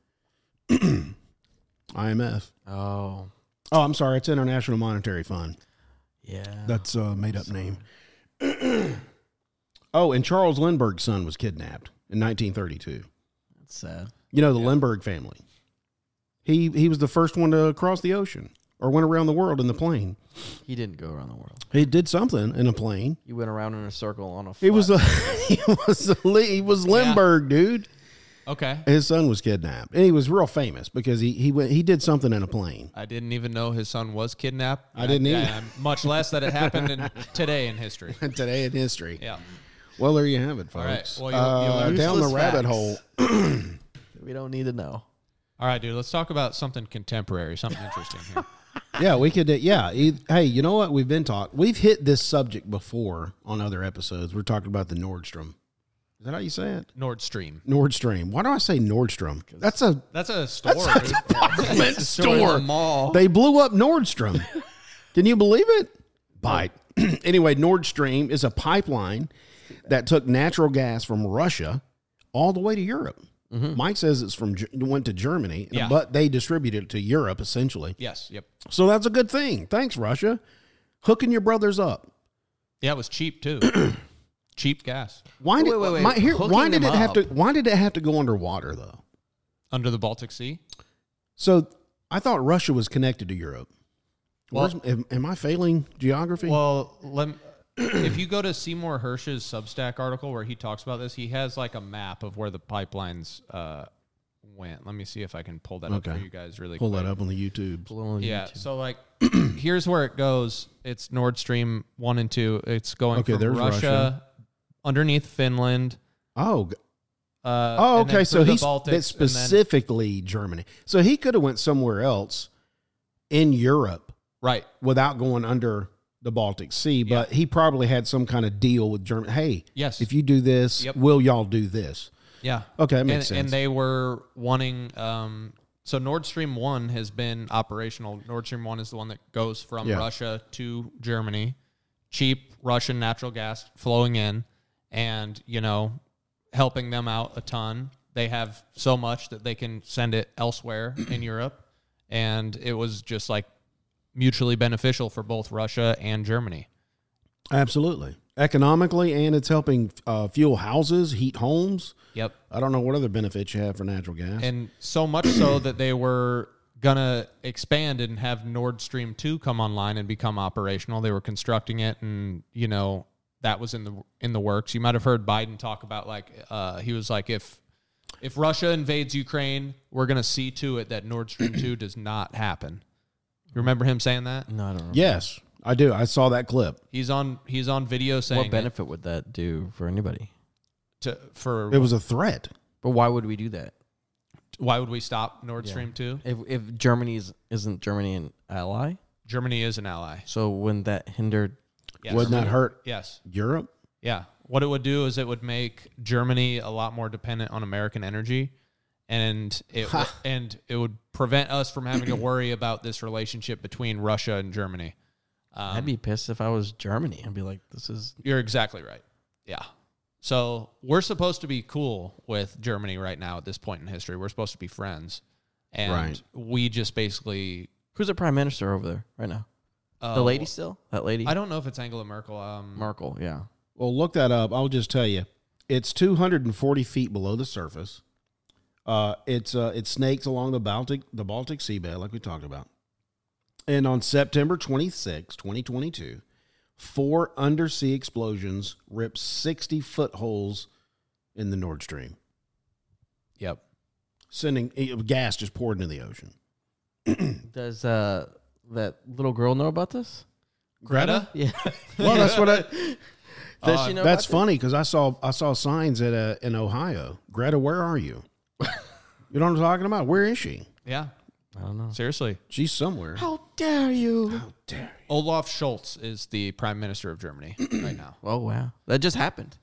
IMF.
oh
Oh, I'm sorry, it's International Monetary Fund.
yeah,
That's a made up name. oh, and Charles Lindbergh's son was kidnapped in 1932.
that's sad.
You know the Lindbergh family. He he was the first one to cross the ocean or went around the world in the plane.
He didn't go around the world.
He did something in a plane.
You went around in a circle on a.
He was
flat-
a, he was a, Li- he was Lindbergh, dude.
Okay.
His son was kidnapped, and he was real famous because he he went he did something in a plane.
I didn't even know his son was kidnapped.
I didn't either.
and much less that it happened in, today in history.
Today in history.
Yeah.
Well, there you have it,
All right.
folks.
Well, you- you learned-
uh, down the
Useless
rabbit
facts.
hole.
we don't need to know.
All right, dude. Let's talk about something contemporary, something interesting here.
Yeah, we could. Yeah. e- Hey, you know what? We've been taught. We've hit this subject before on other episodes. We're talking about the Nordstrom. Is that how you say it?
Nord Stream.
Nordstrom. Why do I say Nordstrom? That's a
That's a store.
That's
dude.
a department
in
store.
the mall.
They blew up Nordstrom. Can you believe it? Bite. anyway, Nord Stream is a pipeline that took natural gas from Russia all the way to Europe.
Mm-hmm.
Mike says it's from Ge- went to Germany,
Yeah.
but they distributed it to Europe essentially.
yes. Yep.
So that's a good thing. Thanks, Russia, hooking your brothers up.
Yeah, it was cheap too. cheap gas
Why did
Wait, wait, wait.
My, here, why
Hooking
did it
them
have to?
up.
Why did it have to go underwater though?
under the Baltic Sea.
So I thought Russia was connected to Europe. Where's- am, am I failing geography?
Well, let if you go to Seymour Hirsch's Substack article where he talks about this, he has like a map of where the pipelines uh, went. Let me see if I can pull that up
Okay.
for you guys really
Pull
quick.
that up on the YouTube.
Blowing
Yeah. So like, here's where it goes. It's Nord Stream one and two. It's going
Okay,
from
there's
Russia,
Russia.
underneath Finland.
Oh, g-
Uh,
oh,
and then
okay. So
through the
he's
Baltics,
that's
and then-
specifically Germany. So he could have went somewhere else in Europe
right?
without going under the Baltic Sea, but he probably had some kind of deal with Germany. Hey,
Yes.
if you do this,
Yep.
will y'all do this?
Yeah.
Okay, that
and,
makes sense.
and they were wanting. Um, so Nord Stream one has been operational. Nord Stream one is the one that goes from
Yeah.
Russia to Germany, cheap Russian natural gas flowing in, and you know, helping them out a ton. They have so much that they can send it elsewhere in Europe, and it was just like mutually beneficial for both Russia and Germany.
Absolutely, economically, and it's helping uh, fuel houses, heat homes.
Yep.
I don't know what other benefits you have for natural gas.
and so much so that they were gonna expand and have Nord Stream two come online and become operational. They were constructing it, and you know that was in the in the works. You might have heard Biden talk about like uh, he was like if if Russia invades Ukraine, we're gonna see to it that Nord Stream two does not happen. You remember him saying that?
No, I don't know.
yes, I do. I saw that clip.
He's on he's on video saying
What benefit would that do for anybody?
to, for
It was a threat.
But why would we do that?
why would we stop Nord Stream two?
If if Germany's isn't Germany an ally,
Germany is an ally.
so wouldn't that hinder?
Yes.
Would not hurt
Yes.
Europe.
Yeah. What it would do is it would make Germany a lot more dependent on American energy and it w- and it would prevent us from having to worry about this relationship between Russia and Germany. Um,
I'd be pissed if I was Germany. I'd be like, this is
you're exactly right. Yeah. So we're supposed to be cool with Germany right now at this point in history. We're supposed to be friends. And
Right.
we just basically
who's the prime minister over there right now?
Uh,
The lady still? That lady?
I don't know if it's Angela Merkel. Um,
Merkel, yeah.
Well, look that up. I'll just tell you, it's 240 feet below the surface. Uh, it's uh, it snakes along the Baltic the Baltic seabed, like we talked about. And on September 26, 2022, four undersea explosions ripped 60 foot holes in the Nord Stream,
Yep.
sending eh, gas just poured into the ocean.
Does uh that little girl know about this?
Greta?
Yeah.
Well, that's what I.
Does
Uh,
she know
That's
about
funny because I saw I saw signs at uh, in Ohio. Greta, where are you? you know what I'm talking about? Where is she?
Yeah.
this? I don't know.
Seriously.
She's somewhere.
How dare you?
Olaf Scholz is the prime minister of Germany right now.
Oh wow. That just happened.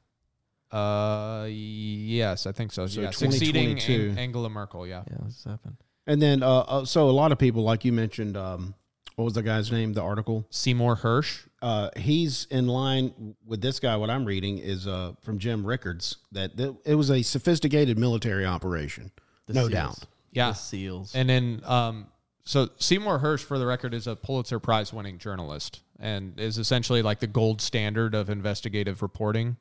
Uh, yes, I think so.
So
yeah, succeeding
2022.
An- Angela Merkel. Yeah.
Yeah, that just happened.
And then, uh, uh, so a lot of people, like you mentioned, um, what was the guy's name? The article.
Seymour Hirsch.
Uh, he's in line with this guy. What I'm reading is uh, from Jim Rickards that th- it was a sophisticated military operation,
The
no
seals.
doubt.
Yeah.
The seals.
And then, um, so Seymour Hirsch, for the record, is a Pulitzer Prize winning journalist and is essentially like the gold standard of investigative reporting.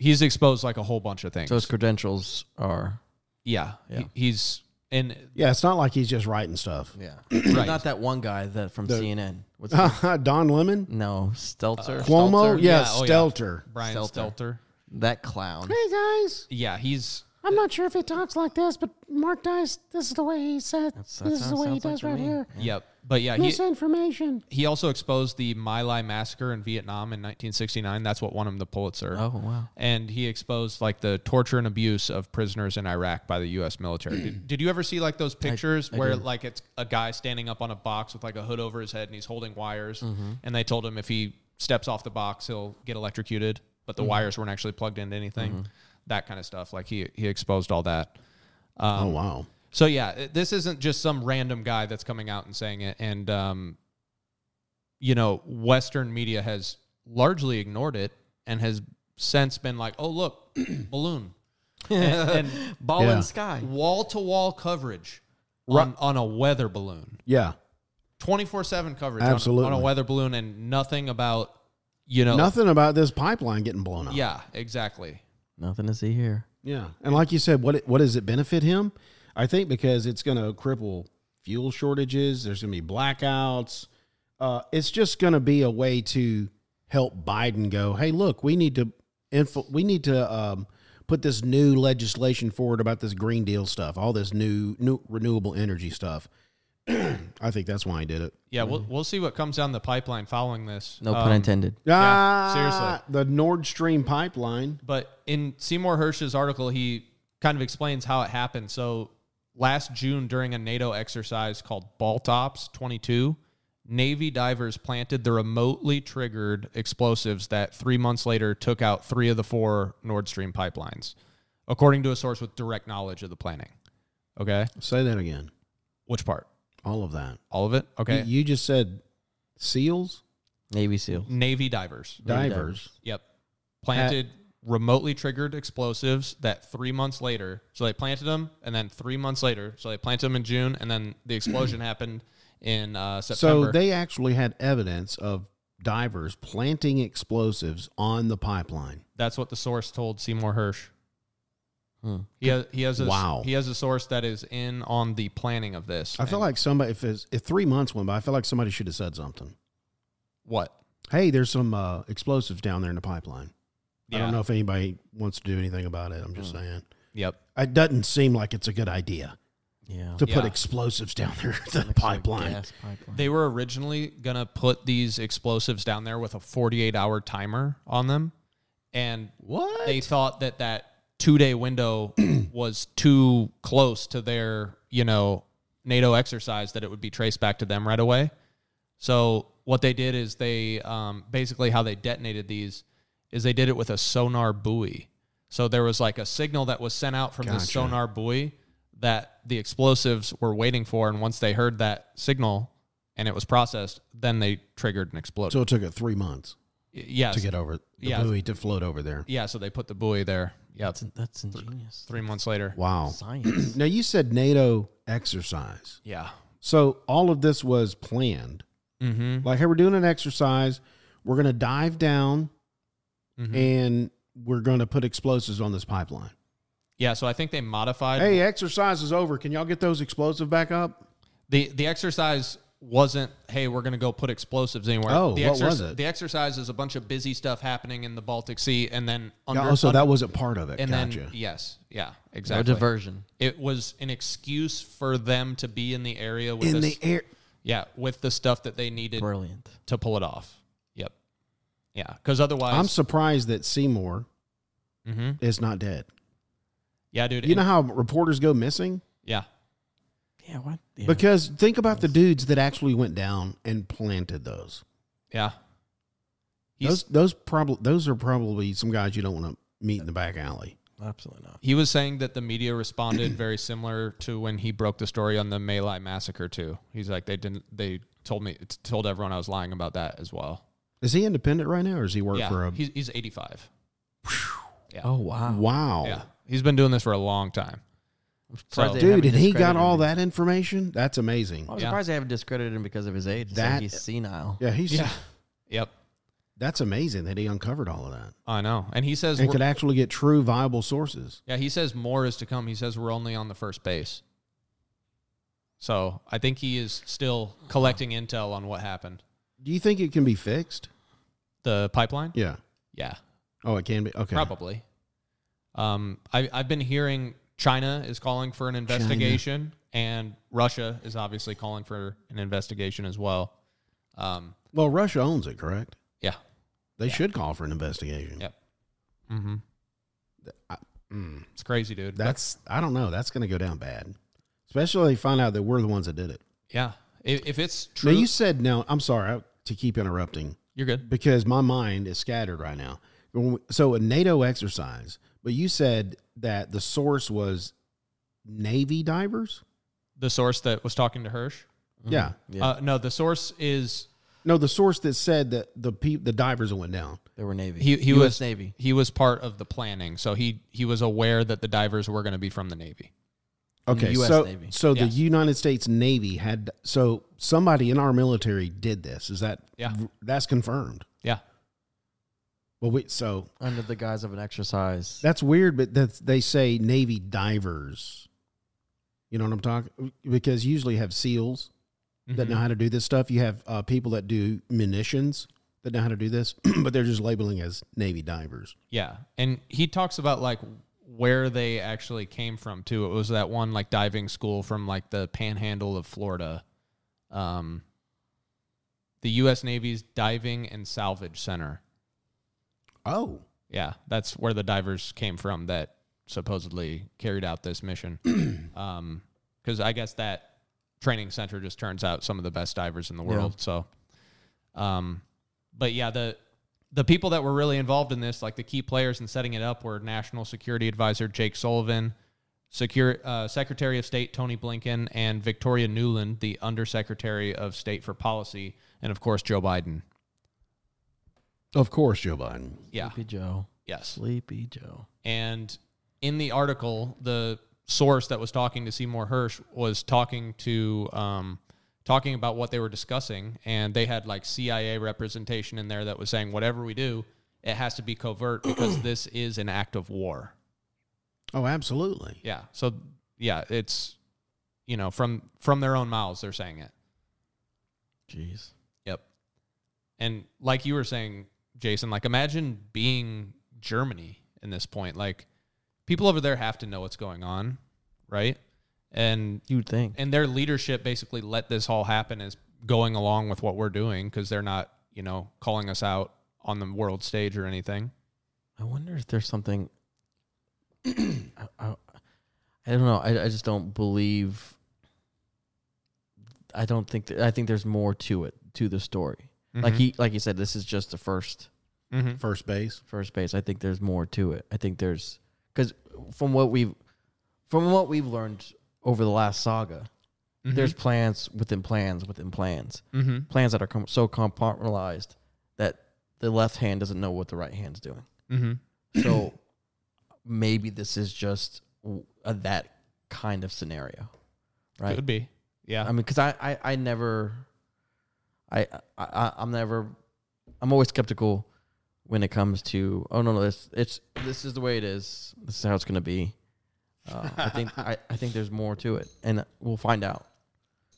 He's exposed like a whole bunch of things.
so his credentials are
yeah.
Yeah.
He- he's, and
Yeah, it's not like he's just writing stuff.
yeah.
Right.
Not that one guy that from CNN. What's his
Don Lemon,
No, Stelter.
Cuomo,
Uh, Stelter?
yeah,
Yeah, oh, yeah.
Stelter.
Brian
Stelter.
Stelter.
That clown.
Hey guys,
Yeah. He's,
I'm not sure if he talks like this, but Mark Dice, this is the way he says.
that this is the sounds- way he sounds like does to right me. here.
yep. But yeah, he,
Misinformation.
he also exposed the My Lai massacre in Vietnam in 1969. That's what won him the Pulitzer.
Oh wow.
And he exposed like the torture and abuse of prisoners in Iraq by the U.S. military. did, did you ever see like those pictures where like it's a guy standing up on a box with like a hood over his head and he's holding wires, and they told him if he steps off the box he'll get electrocuted, but the wires weren't actually plugged into anything. That kind of stuff. Like he he exposed all that.
oh wow.
So yeah, it- this isn't just some random guy that's coming out and saying it, and um, you know, Western media has largely ignored it and has since been like, "Oh look, balloon, and
Ball
Yeah.
in sky.
wall to wall coverage on, on a weather balloon,
Yeah,
twenty four seven coverage on-
Absolutely.
on, a weather balloon, and nothing about you know,
nothing about this pipeline getting blown up.
Oh. yeah, exactly,
Nothing to see here.
yeah. And like you said, what it- what does it benefit him? I think because it's going to cripple fuel shortages. There's going to be blackouts. Uh, it's just going to be a way to help Biden go. Hey, look, we need to info. We need to um, put this new legislation forward about this Green Deal stuff. All this new new renewable energy stuff. I think that's why he did it.
yeah.
Mm-hmm.
We'll we'll see what comes down the pipeline following this.
No
Um,
pun intended.
Yeah,
Ah, The Nord Stream pipeline.
But in Seymour Hirsch's article, he kind of explains how it happened. So last June, during a NATO exercise called Baltops 22, Navy divers planted the remotely triggered explosives that three months later took out three of the four Nord Stream pipelines, according to a source with direct knowledge of the planning. Okay.
Say that again.
Which part?
All of that.
All of it?
You-
Okay.
You, just said seals,
Navy SEAL.
Navy divers.
divers.
Yep. Planted remotely triggered explosives that three months later, so they planted them, and then three months later, so they planted them in June, and then the explosion happened in uh, September.
So they actually had evidence of divers planting explosives on the pipeline.
That's what the source told Seymour Hirsch.
Hmm.
He has, he has a
Wow.
he has a source that is in on the planning of this.
I feel
And
like somebody, if, it's, if three months went by, I feel like somebody should have said something.
what?
Hey, there's some uh, explosives down there in the pipeline. I
Yeah. Hmm.
don't know if anybody wants to do anything about it. I'm just saying.
Yep.
It doesn't seem like it's a good idea
Yeah.
to put
Oh, Yeah.
explosives down there in the pipeline.
Gas pipeline.
They were originally going to put these explosives down there with a 48 hour timer on them. And
What?
they thought that that two day window was too close to their, you know, NATO exercise that it would be traced back to them right away. So what they did is they um, basically how they detonated these is they did it with a sonar buoy. So there was like a signal that was sent out from the
Gotcha.
sonar buoy that the explosives were waiting for, and once they heard that signal and it was processed, then they triggered and exploded.
So it took it three months
yes,
to get over the
Yeah.
buoy to float over there.
yeah. So they put the buoy there. Yeah,
That's, that's ingenious.
three months later.
Wow.
Science.
Now you said NATO exercise.
Yeah.
So all of this was planned
Mm-hmm.
Like, hey, we're doing an exercise. We're going to dive down
Mm-hmm.
and we're going to put explosives on this pipeline.
Yeah, so I think they modified
Hey, exercise is over. Can y'all get those explosives back up?
the the exercise wasn't hey we're going to go put explosives anywhere
Oh,
the
what was it?
the exercise is a bunch of busy stuff happening in the baltic sea and then under,
Yeah, also,
un-
Oh, that wasn't part of it.
and
gotcha.
then yes yeah
No
exactly
diversion.
it was an excuse for them to be in the area with
in
this,
the air.
yeah with the stuff that they needed
Brilliant.
to pull it off yep yeah because otherwise Mm-hmm.
I'm surprised that Seymour is not dead.
yeah dude
You
and-
know how reporters go missing?
yeah
Yeah, what? Yeah.
Because think about the dudes that actually went down and planted those.
yeah He's-
Those those probably those are probably some guys you don't want to meet in the back alley.
Absolutely not.
He was saying that the media responded very similar to when he broke the story on the My Lai massacre too. He's like they didn't they told me told everyone I was lying about that as well.
Is he independent right now, or does he work
yeah,
for a?
he's, he's 85.
Oh wow.
wow,
Yeah. He's been doing this for a long time.
I'm surprised
So-
they
dude,
haven't
and he got
discredited
all
him.
that information. That's amazing.
I'm
Yeah.
surprised they haven't discredited him because of his age. It's like
That-
he's senile.
Yeah, he's.
Yep.
That's amazing that he uncovered all of that
I know. And he says
and could
we're-
actually get true viable sources.
Yeah, he says more is to come. He says we're only on the first base. So, I think he is still collecting intel on what happened.
Do you think it can be fixed?
The pipeline?
Yeah.
yeah.
Oh, it can be. Okay.
Probably. Um, I, I've been hearing China is calling for an investigation, and Russia is obviously calling for an investigation as well. Um,
Well, Russia owns it, correct?
yeah.
They should call for an investigation. Hmm.
Yep. Mm-hmm. It's crazy, dude. But,
That's I don't know. That's going to go down bad, especially if they find out that we're the ones that did it.
yeah. If, if it's true,
Now you said no. I'm sorry I, to keep interrupting
you're good.
because my mind is scattered right now. When we- So a NATO exercise, but you said that the source was Navy divers.
The source that was talking to Hirsch.
Yeah.
Yeah.
Uh, no, the source is
No, the source that said that the pe- the divers that went down.
They were Navy.
he. He
US
was
Navy.
He was part of the planning, so he he was aware that the divers were going to be from the Navy.
From the
Okay,
US
so
Navy.
so the
Yeah.
United States Navy had so somebody in our military did this. Is that
Yeah.
That's confirmed.
Yeah.
Well, we so
Under the guise of an exercise.
That's weird, but that they say Navy divers. You know what I'm talking? Because you usually have SEALs that know how to do this stuff. You have uh, people that do munitions that know how to do this, but they're just labeling as Navy divers.
Yeah, and he talks about like where they actually came from too. It was that one like diving school from like the Panhandle of Florida. Um, the U.S. Navy's Diving and Salvage Center.
Oh,
Yeah, that's where the divers came from that supposedly carried out this mission. um, because I guess that training center just turns out some of the best divers in the world. So, um, but yeah, the the people that were really involved in this, like the key players in setting it up, were National Security Advisor Jake Sullivan, Secure uh, Secretary of State Tony Blinken, and Victoria Newland, the Undersecretary of State for Policy, and of course Joe Biden.
of course, Joe Biden.
Yeah.
Sleepy Joe.
Yes.
Sleepy Joe.
And in the article, the source that was talking to Seymour Hirsch was talking to um, talking about what they were discussing, and they had like CIA representation in there that was saying whatever we do, it has to be covert because this is an act of war.
Oh, absolutely.
Yeah. So yeah, it's you know from from their own mouths they're saying it.
Jeez.
Yep. And like you were saying, Jason, like imagine being Germany in this point. Like people over there have to know what's going on, right? And
You'd think.
and their leadership basically let this all happen is going along with what we're doing because they're not, you know, calling us out on the world stage or anything.
I wonder if there's something. I, I, I don't know. I, I just don't believe. I don't think that. I think there's more to it to the story. Like he, like you said, this is just the first
Mm-hmm.
First base.
first base. I think there's more to it. I think there's because from what we've from what we've learned over the last saga, there's plans within plans within plans,
Mm-hmm.
plans that are com- so compartmentalized that the left hand doesn't know what the right hand's doing.
Mm-hmm.
So maybe this is just w- a, that kind of scenario, right?
Could be. Yeah.
I mean, because I, I I never, I, I- I I'm never I'm always skeptical when it comes to oh no no this it's this is the way it is this is how it's gonna be. Uh, I think I, I think there's more to it, and we'll find out.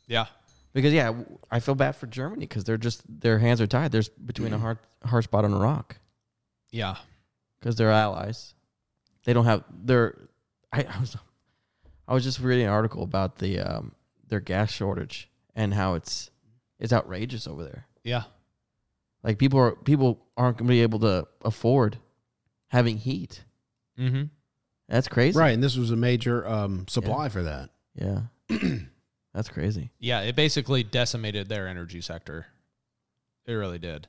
Yeah.
Because yeah, w- I feel bad for Germany because they're just their hands are tied. There's between a hard hard spot and a rock
Yeah.
because they're allies. They don't have their. I, I was I was just reading an article about the um, their gas shortage and how it's it's outrageous over there.
Yeah.
Like people are people aren't going to be able to afford having heat.
Mm-hmm.
That's crazy.
Right, and this was a major um, supply for that.
Yeah. That's crazy.
Yeah. It basically decimated their energy sector. It really did.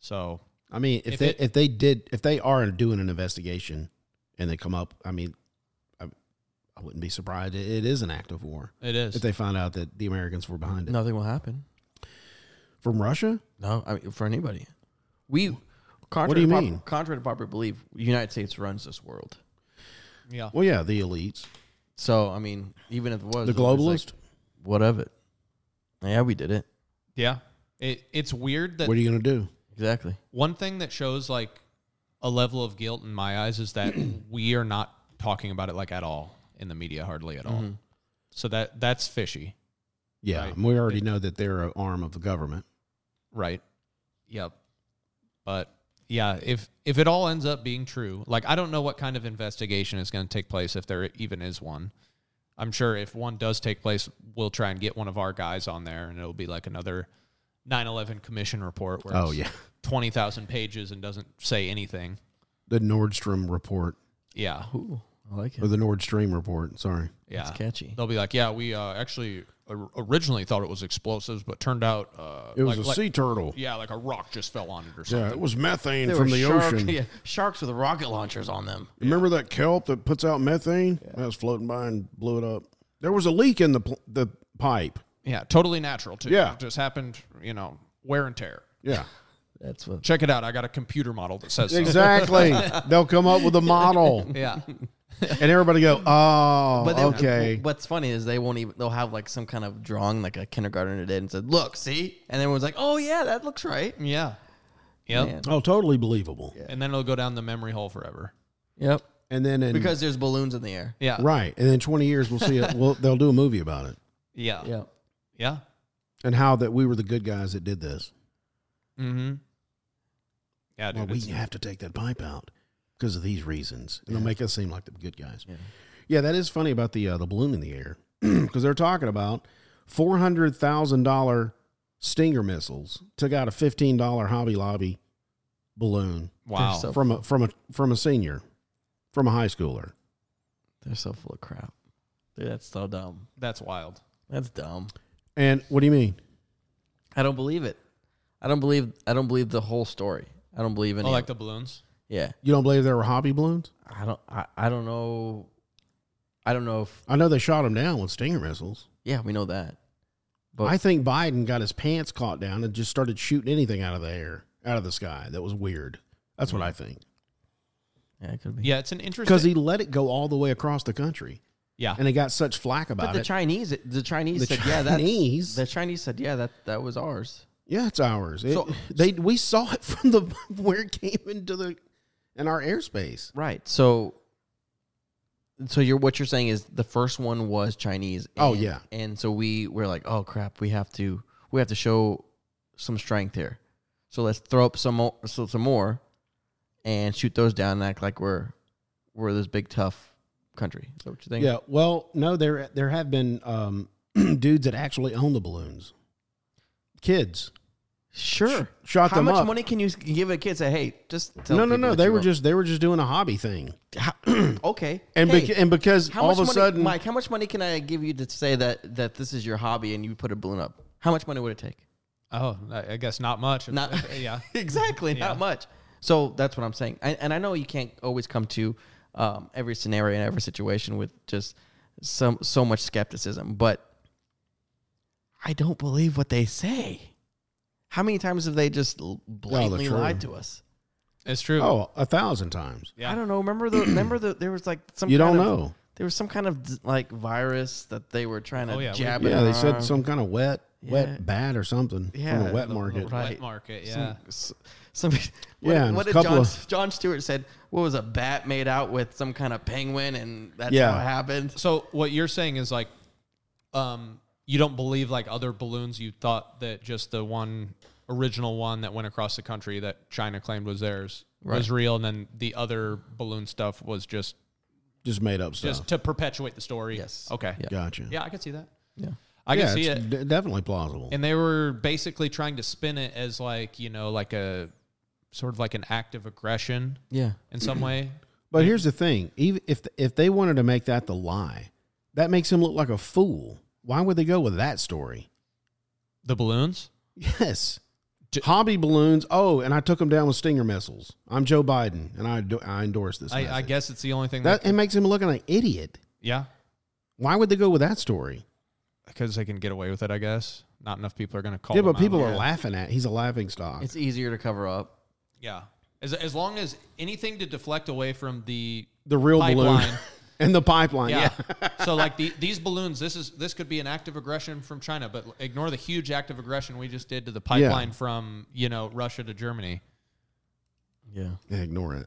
So
I mean, if,
If
they
it-
if they did if they are doing an investigation and they come up, I mean, I, I wouldn't be surprised. It, it is an act of war
it is.
if they found out that the Americans were behind it
Nothing will happen.
from Russia.
No, I mean for anybody. We contrary
What do you
to pop-
mean?
contrary to popular belief, the United States runs this world.
yeah.
Well, yeah, the elites,
So I mean, even if it was
the
it was like,
globalist.
what of it? Yeah, we did it.
Yeah. It, it's weird that
what are you going to do?
Exactly.
one thing that shows like a level of guilt in my eyes is that we are not talking about it like at all in the media, hardly at all.
Mm-hmm.
So that that's fishy,
Yeah,
Right.
and we already know that they're an arm of the government.
right? Yep. But yeah, if if it all ends up being true, like I don't know what kind of investigation is going to take place if there even is one. I'm sure if one does take place, we'll try and get one of our guys on there, and it'll be like another 9/11 commission report where
Oh
it's
yeah,
twenty thousand pages and doesn't say anything.
the Nordstrom report
Yeah,
Ooh, I like it.
or the Nord Stream report. Sorry,
yeah.
It's catchy.
They'll be like, yeah, we uh, actually or- originally thought it was explosives, but turned out uh,
it was
like,
a
like-
sea turtle.
Yeah, like a rock just fell on it or
Yeah,
something.
it was methane
They
from
were
the
shark-
ocean.
yeah, sharks with rocket launchers on them.
Remember that kelp that puts out methane? That was floating by and blew it up. There was a leak in the pl- the pipe.
Yeah, totally natural too.
Yeah.
It just happened, you know, wear and tear.
Yeah,
That's what.
Check it out. I got a computer model that says so.
exactly. They'll come up with a model,
Yeah,
and everybody go, "Oh,
But they,
okay."
What's funny is they won't even. They'll have like some kind of drawing, like a kindergartner did, and said, "Look, see," and everyone's like, "Oh yeah, that looks right."
yeah, yep.
Man.
Oh, totally believable.
And then it'll go down the memory hole forever.
Yep.
And then in,
Because there's balloons in the air.
Yeah,
right, and then twenty years we'll see it. Well, they'll do a movie about it
yeah, yeah.
and how that we were the good guys that did this.
Mm-hmm. Yeah,
Well,
dude.
we
it's-
have to take that pipe out because of these reasons, and they'll make us seem like the good guys. Yeah, that is funny about the uh, the balloon in the air because they're talking about four hundred thousand dollar Stinger missiles took out a fifteen dollar Hobby Lobby balloon
wow.
so-
from a from a from a senior from a high schooler.
They're so full of crap. Dude, that's so dumb.
That's wild.
That's dumb.
And what do you mean?
I don't believe it. I don't believe. I don't believe the whole story. I don't believe any.
Oh,
of
like
it.
the balloons.
yeah.
You don't believe there were hobby balloons?
I don't. I, I don't know. I don't know if.
I know they shot them down with Stinger missiles.
Yeah, we know that. But
I think Biden got his pants caught down and just started shooting anything out of the air, out of the sky. That was weird. That's what I think.
yeah, it could be.
Yeah, it's an interesting.
because he let it go all the way across the country,
yeah,
and he got such flack
But
about
the
it.
Chinese, the Chinese
The
said, yeah, that's
Chinese?
the Chinese said, yeah, that that was ours.
yeah, it's ours. It-
So-
they we saw it from the where it came into the in our airspace.
Right. So, so you're what you're saying is the first one was Chinese.
Oh,
and-
yeah.
And so we were like, oh crap, we have to we have to show some strength here. So let's throw up some more, so some more, and shoot those down and act like we're we're this big tough country. Is that what you think?
Yeah. Well, no, there there have been um, dudes that actually own the balloons. Kids.
Sure.
shot
How
them
much
up.
money can you s- give a kid? Say, hey, just tell
no, no,
people
no.
that
They
you
were
own-
just they were just doing a hobby thing,
okay.
and
hey,
beca- and because
How
all
much
of a
money,
sudden,
Mike, how much money can I give you to say that that this is your hobby and you put a balloon up? How much money would it take?
Oh, I I guess not much.
Not
yeah.
exactly,
Yeah.
not much. So that's what I'm saying. I, and I know you can't always come to um, every scenario and every situation with just some so much skepticism, but I don't believe what they say. How many times have they just l- blatantly
true.
lied to us?
It's true.
oh, a thousand times.
yeah.
I don't know. Remember the remember the there was like some
You
kind
don't
of-
know.
there was some kind of like virus that they were trying to
Oh, yeah, we-
jab. in
Yeah, they
our
said
arm.
some kind of wet,
Yeah.
wet bat or something from
Yeah,
a wet
the-
market.
the- right.
Wet market,
Some-
yeah.
s- some, what,
Yeah, and
what
a
did
couple
John,
of-
John Stewart said? What was a bat made out with some kind of penguin, and that's
Yeah.
how it happened.
So what you're saying is like, um, you don't believe like other balloons. You thought that just the one original one that went across the country that China claimed was theirs was real, and then the other balloon stuff was just
Just made up stuff.
just to perpetuate the story.
Yes.
Okay.
Yeah.
gotcha.
Yeah, I could see that.
Yeah,
I
Yeah,
can see
it's
it.
d- definitely plausible.
And they were basically trying to spin it as like you know like a sort of like an act of aggression
yeah.
in some way.
But here's the thing: even if if they wanted to make that the lie, that makes him look like a fool. Why would they go with that story?
The balloons.
Yes, hobby balloons. Oh, and I took them down with stinger missiles. I'm Joe Biden, and I do, I endorse this.
I, I
message.
guess it's the only thing that.
that it makes him look like an idiot.
yeah.
Why would they go with that story?
because they can get away with it, I guess. Not enough people are going to call.
yeah, but
them out.
people are laughing at. He's a laughing stock.
It's easier to cover up.
Yeah, as as long as anything to deflect away from the
the real balloon
pipeline.
and the pipeline.
yeah.
Yeah.
so like the, these balloons, this is this could be an act of aggression from China, but ignore the huge act of aggression we just did to the pipeline from you know Russia to Germany.
Yeah.
Yeah, Ignore it.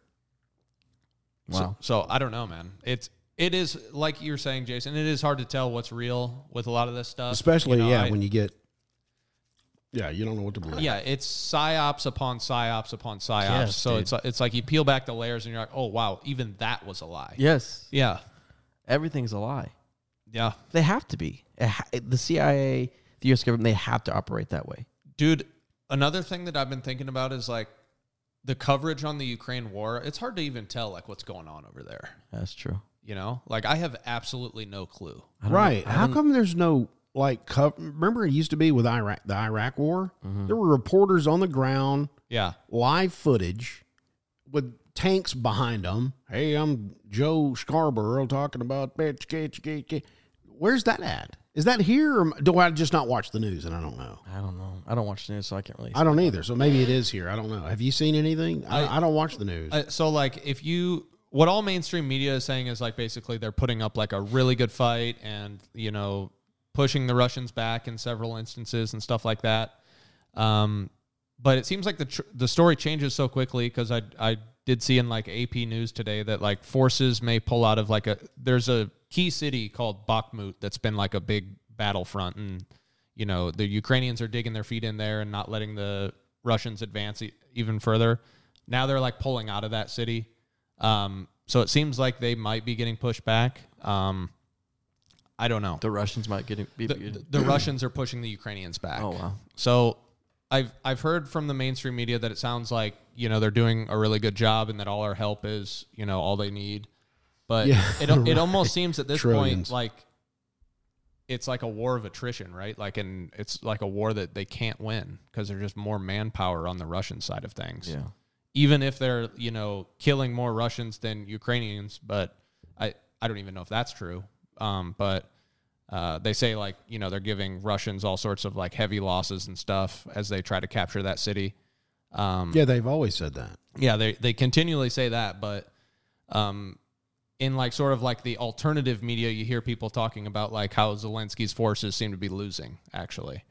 Wow.
So, so I don't know, man. It's it is like you're saying, Jason. It is hard to tell what's real with a lot of this stuff,
Especially
You know,
yeah,
I-
when you get Yeah, you don't know what to believe.
Yeah, it's psyops upon psyops upon psyops.
Yes,
so
dude.
it's it's like you peel back the layers and you're like, oh wow, even that was a lie.
Yes,
yeah,
everything's a lie.
yeah.
They have to be. It ha- the CIA, the U.S. government, they have to operate that way.
dude. Another thing that I've been thinking about is like the coverage on the Ukraine war. It's hard to even tell like what's going on over there.
That's true.
You know, like I have absolutely no clue.
Right. How come there's no like cover? Remember, it used to be with Iraq, the Iraq War.
Mm-hmm.
There were reporters on the ground,
Yeah,
live footage with tanks behind them. Hey, I'm Joe Scarborough talking about bitch, bitch, bitch, bitch. Where's that at? Is that here, or do I just not watch the news and I don't know?
I don't know. I don't watch the news, so I can't really.
I don't either. So maybe it is here. I don't know. Have you seen anything? I, I, don't watch the news.
Uh, so like if you what all mainstream media is saying is like basically they're putting up like a really good fight and you know pushing the Russians back in several instances and stuff like that. Um, but it seems like the tr- the story changes so quickly because I I did see in like AP news today that like forces may pull out of like a there's a key city called Bakhmut that's been like a big battlefront and you know the Ukrainians are digging their feet in there and not letting the Russians advance e- even further. Now they're like pulling out of that city, um, so it seems like they might be getting pushed back. Um, I don't know
the Russians might get be.
the, the Russians are pushing the Ukrainians back.
Oh, wow.
So I've I've heard from the mainstream media that it sounds like you know they're doing a really good job and that all our help is you know all they need. But
Yeah,
it it almost seems at this
Trillions.
point like it's like a war of attrition, right? Like and it's like a war that they can't win because there's just more manpower on the Russian side of things.
yeah.
Even if they're you know killing more Russians than Ukrainians, but I I don't even know if that's true. Um, but uh, they say like you know they're giving Russians all sorts of like heavy losses and stuff as they try to capture that city. Um, yeah,
yeah, they've always said that.
they they continually say that, but um, in like sort of like the alternative media, you hear people talking about like how Zelensky's forces seem to be losing actually,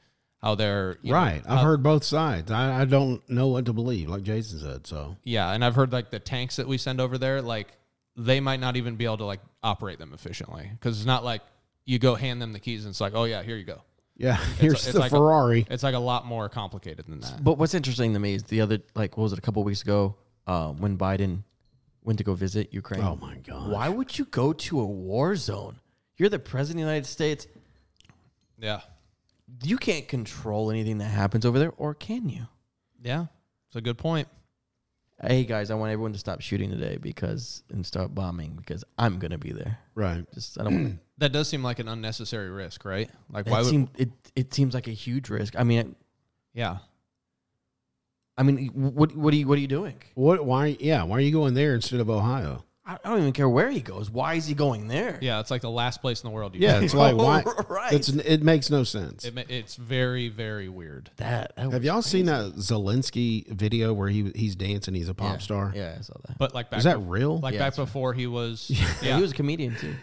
how they're you know,
Right. I've heard both sides. I, I don't know what to believe, like Jason said. So
yeah, and I've heard like the tanks that we send over there, like they might not even be able to like operate them efficiently because it's not like you go hand them the keys and it's like oh yeah here you go
yeah, here's
it's
the
like a-
Ferrari.
It's like a lot more complicated than that.
But what's interesting to me is the other, like, what was it, a couple weeks ago um, when Biden went to go visit Ukraine?
oh my god.
Why would you go to a war zone? You're the president of the United States.
Yeah.
You can't control anything that happens over there, or can you?
Yeah. It's a good point.
Hey, guys, I want everyone to stop shooting today because and start bombing because I'm going to be there.
Right.
Just, I don't want
That does seem like an unnecessary risk, right? Like why
it,
would
seem, it, it seems like a huge risk. I mean,
Yeah.
I mean, what what are you what are you doing?
What? Why? Yeah. Why are you going there instead of Ohio?
I I don't even care where he goes. Why is he going there?
Yeah, it's like the last place in the world you
Yeah, it's like why?
Right.
It's it makes no sense.
It ma- it's very very weird.
that, that
Have
was
y'all seen
crazy.
that Zelensky video where he he's dancing? He's a pop star.
Yeah, I saw that.
But like back
Is that real?
like
Yeah,
back
that's right.
before he was
Yeah.
yeah.
he was a comedian too.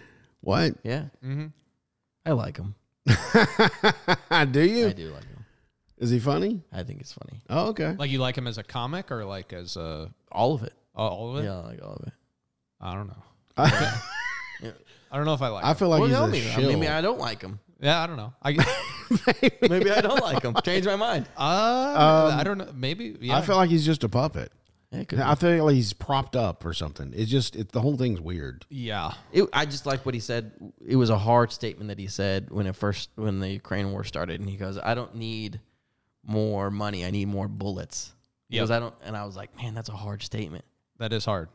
What?
Yeah. Mm-hmm. I like him.
do you?
I do like him.
Is he funny?
I think it's funny.
Oh, okay.
Like you like him as a comic or like as a
All of it.
all of it?
Yeah, I like all of it.
I don't know.
I,
I don't know if I like.
I
him.
feel like
well, tell
he's
me.
a
I-
shill.
Maybe I don't like him.
yeah, I don't know. I
Maybe I don't like him. Change my mind.
uh, I don't know. Maybe yeah.
Um, I feel like he's just a puppet.
Yeah, it could
I feel like he's propped up or something. It's just it, the whole thing's weird.
yeah.
It, I just like what he said. It was a hard statement that he said when it first when the Ukraine war started, and he goes, "I don't need more money. I need more bullets."
Yep.
Because I don't, and I was like, "Man, that's a hard statement.
That is hard.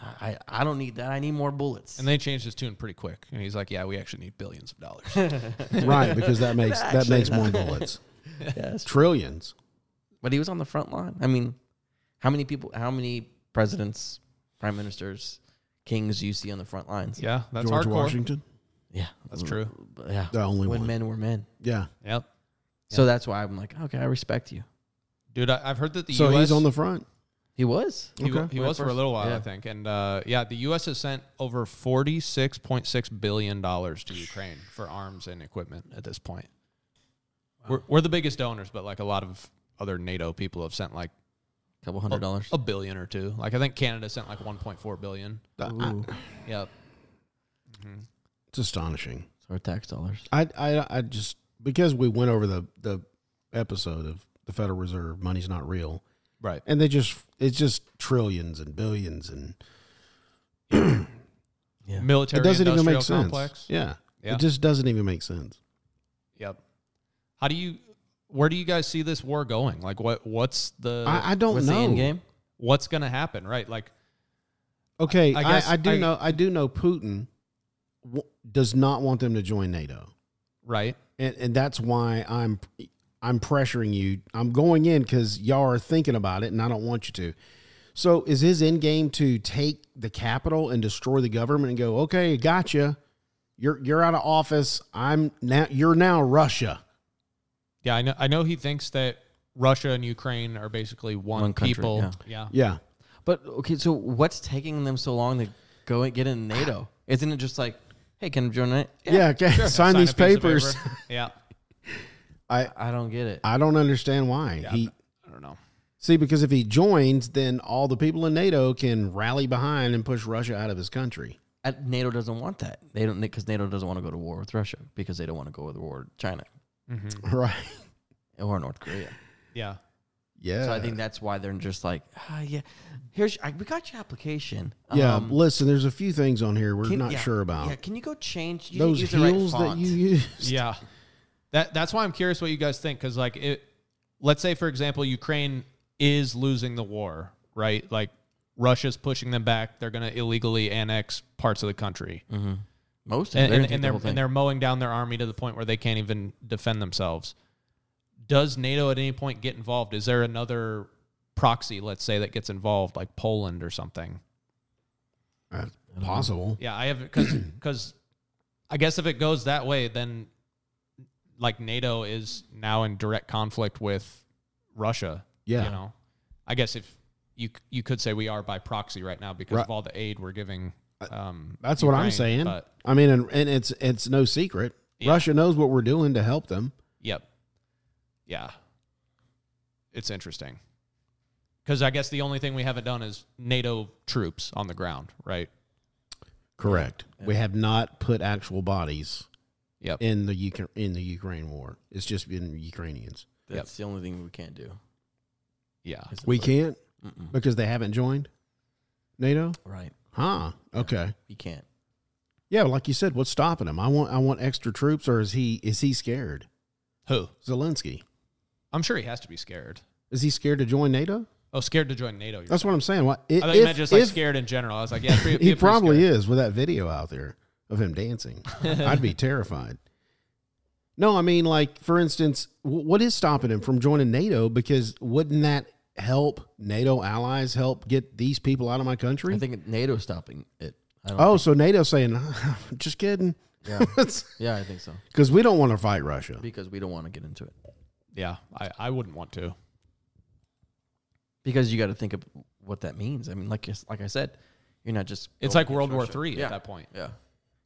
I I don't need that. I need more bullets."
And they changed his tune pretty quick. And he's like, "Yeah, we actually need billions of dollars."
right, because that makes that makes more bullets.
Yes.
Trillions.
But he was on the front line. I mean, how many people? How many presidents, prime ministers, kings do you see on the front lines?
yeah, that's
George
hardcore.
Washington.
Yeah,
That's true.
But yeah.
The only
when
one.
men were men.
Yeah.
Yep,
So that's why I'm like, okay, I respect you.
dude. I, I've heard that the
So
U.S.
he's on the front.
He was.
He,
Okay.
he
When
was for a
first-
little while, I
yeah.
think. And uh, yeah, the U.S. has sent over forty-six point six billion dollars to Ukraine for arms and equipment at this point. We're, we're the biggest donors, but like a lot of other NATO people have sent like
couple
Oh.
hundred dollars.
a billion or two. Like I think Canada sent like one point four billion.
I-
Yep.
it's astonishing.
So our tax dollars.
I, I I just because we went over the the episode of the Federal Reserve, money's not real,
Right.
and they just it's just trillions and billions, and
Yeah.
Military
it doesn't even
industrial
make sense.
complex.
Yeah.
Yeah.
it just doesn't even make sense.
Yep. How do you? Where do you guys see this war going? Like, what? What's Uh, the?
I, I don't
What's
know.
the end game?
what's going to happen? Right. Like,
Okay,
I
I,
guess
I, do
I-
know. I do know Putin w- does not want them to join NATO,
right.
and and that's why I'm I'm pressuring you. I'm going in because y'all are thinking about it, and I don't want you to. So, is his end game to take the capital and destroy the government and go, okay, gotcha, you're you're out of office. I'm now you're now Russia.
Yeah, I know. I know he thinks that Russia and Ukraine are basically one,
One country,
people.
yeah.
yeah.
Yeah,
But okay, so what's taking them so long to go and get in NATO? Isn't it just like, hey, can I join it?
yeah. okay, sign,
a
these
piece of
papers.
paper. Yeah,
I don't get it.
I don't understand why he.
I don't know.
See, because if he joins, then all the people in NATO can rally behind and push Russia out of his country.
Uh, NATO doesn't want that. They don't because NATO doesn't want to go to war with Russia because they don't want to go to war with China
Right.
or North Korea.
Yeah,
Yeah.
So I think that's why they're just like, ah, yeah, here's I, we got your application.
yeah.
Um,
listen, there's a few things on here we're
can-
not
yeah,
sure about.
Yeah, can you go change you
Those
didn't use the right
heels that
font.
you use.
yeah. That that's why I'm curious what you guys think because like it, let's say for example Ukraine is losing the war, right? Like Russia's pushing them back. They're going to illegally annex parts of the country.
Most of
and, and, and
them,
they're
they're, gonna take the whole
and
thing.
they're mowing down their army to the point where they can't even defend themselves. Does NATO at any point get involved? Is there another proxy, let's say, that gets involved, like Poland or something?
That's possible.
Yeah, I have because because I guess if it goes that way, then like NATO is now in direct conflict with Russia.
Yeah.
you know, I guess if you you could say we are by proxy right now because
Right.
of all the aid we're giving. Um,
Uh, That's what I'm
Ukraine,
saying.
But
I mean, and, and it's it's no secret.
Yeah.
Russia knows what we're doing to help them.
Yep. Yeah. It's interesting. Because I guess the only thing we haven't done is NATO troops on the ground, right?
Correct. We have not put actual bodies
Yep.
in the Uca- in the Ukraine war. It's just been Ukrainians.
That's the only thing we can't do.
yeah.
We can't because they haven't joined NATO.
Right.
Huh. Okay.
You can't.
Yeah, like you said, what's stopping him? I want I want extra troops, or is he is he scared?
Who?
Zelensky
I'm sure he has to be scared.
is he scared to join NATO?
Oh, scared to join NATO. you're
That's
saying.
what I'm saying. Why? If,
I thought you meant
if-
just like
if-
scared in general. I was like, yeah, pretty,
he probably is with that video out there of him dancing. I'd be terrified. No, I mean, like for instance, wh- what is stopping him from joining NATO? Because wouldn't that help NATO allies help get these people out of my country?
I think NATO's stopping it. I don't
oh, so NATO's saying, just kidding,
Yeah.
because
Yeah, I think so.
we don't want to fight Russia.
Because we don't want to get into it.
Yeah, I, I wouldn't want to.
Because you got to think of what that means. I mean, like you- like I said, you're not just.
It's
going
like World
against
War
Russia.
Three
Yeah.
at that point.
Yeah.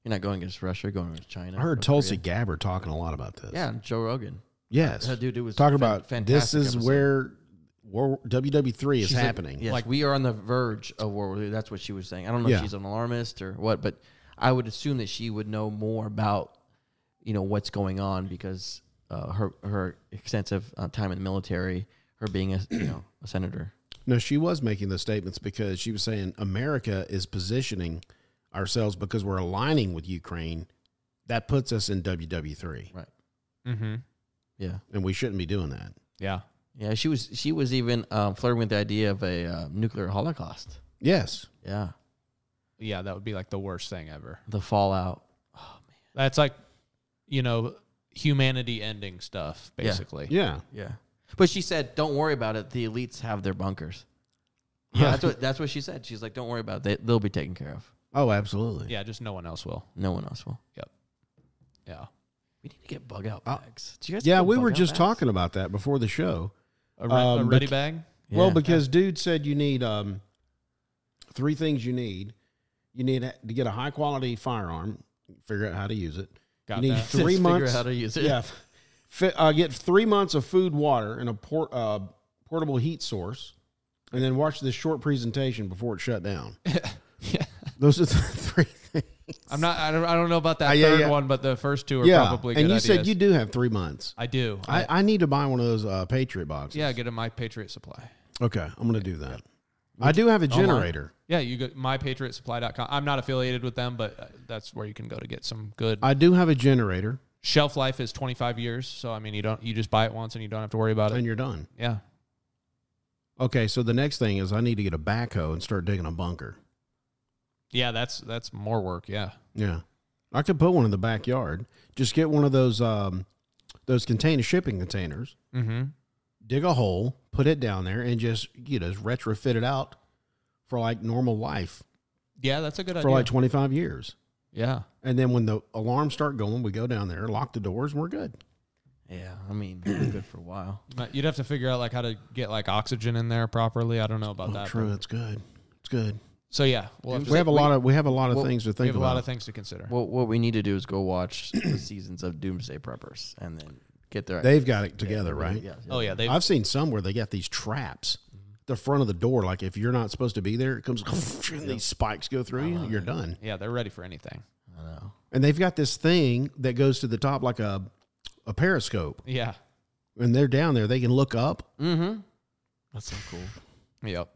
You're not going against Russia. You're going against China.
I heard
North
Tulsi
Korea.
Gabbard talking a lot about this.
Yeah, Joe Rogan.
Yes.
That dude, it was
talking
fan-
about this
fantastic
is
episode.
where War, WW3 is
She's a-
happening.
yes,
Like-
like we are on the verge of war. War- That's what she was saying. I don't know
Yeah.
if she's an alarmist or what, but I would assume that she would know more about you know what's going on because uh, her her extensive uh, time in the military, her being a you know a senator.
No, she was making those statements because she was saying America is positioning ourselves because we're aligning with Ukraine. That puts us in WW3,
Right.
Mm-hmm.
Yeah.
and we shouldn't be doing that.
Yeah.
Yeah. She was she was even um, flirting with the idea of a uh, nuclear holocaust.
Yes.
Yeah.
Yeah, that would be like the worst thing ever.
The fallout.
That's like, you know, humanity ending stuff,
Yeah.
basically.
Yeah.
Yeah. But she said, "Don't worry about it. The elites have their bunkers." Yeah, that's what that's what she said. She's like, "Don't worry about it. They, they'll be taken care of.
Oh, absolutely.
Yeah, just no one else will.
No one else will."
Yeah.
We need to get bug out
Uh,
bags. Do you guys?
Yeah,
get
we
bug
were
out
just
bags?
talking about that before the show.
A, re- a
Um,
ready
bec-
bag?
Yeah.
Well, because dude said you need um, three things you need. You need to get a high quality firearm, figure out how to use it.
Got
you need
that.
Just
three
figure
months.
out how to use it.
yeah, fi- uh, get three months of food, water, and a port, uh, portable heat source, and then watch this short presentation before it shut down.
Yeah.
Those are the three things.
I'm not, I don't, I don't know about that
Uh, yeah,
third
yeah.
one, but the first two are
yeah,
probably good
and you said
ideas.
you do have three months.
I do. I,
I, I need to buy one of those uh, Patriot boxes.
yeah, get a My Patriot Supply.
Okay, I'm gonna do that. I do have a generator.
Yeah, you go mypatriotsupply.com. I'm not affiliated with them, but uh, that's where you can go to get some good.
I do have a generator,
Shelf life is 25 years, so I mean, you don't you just buy it once and you don't have to worry about it.
and you're done.
Yeah.
Okay, so the next thing is I need to get a backhoe and start digging a bunker.
Yeah, that's that's more work, yeah.
Yeah, I could put one in the backyard. Just get one of those um, those container shipping containers,
Mhm.
dig a hole, put it down there, and just you know just retrofit it out for like normal life
Yeah, that's a good
for
idea.
like twenty five years.
yeah.
And then when the alarms start going, we go down there, lock the doors, and we're good.
Yeah, I mean, we're good for a while.
But You'd have to figure out like how to get like oxygen in there properly. I don't know about
Oh,
that.
true,
but-
that's good. It's good.
So yeah, we'll have to-
We have a lot of we have a lot of
Well,
things to think
we have a
about.
lot of things to consider.
What what we need to do is go watch the seasons of Doomsday Preppers and then get their
They've got it together,
yeah,
right?
Yeah.
oh yeah, they
I've seen some where they got these traps, the front of the door. Like if you're not supposed to be there, it comes and these spikes go through you. You're done.
yeah they're ready for anything.
I know.
And they've got this thing that goes to the top like a a periscope,
Yeah.
and they're down there. They can look up.
Mm-hmm. That's so cool.
Yep.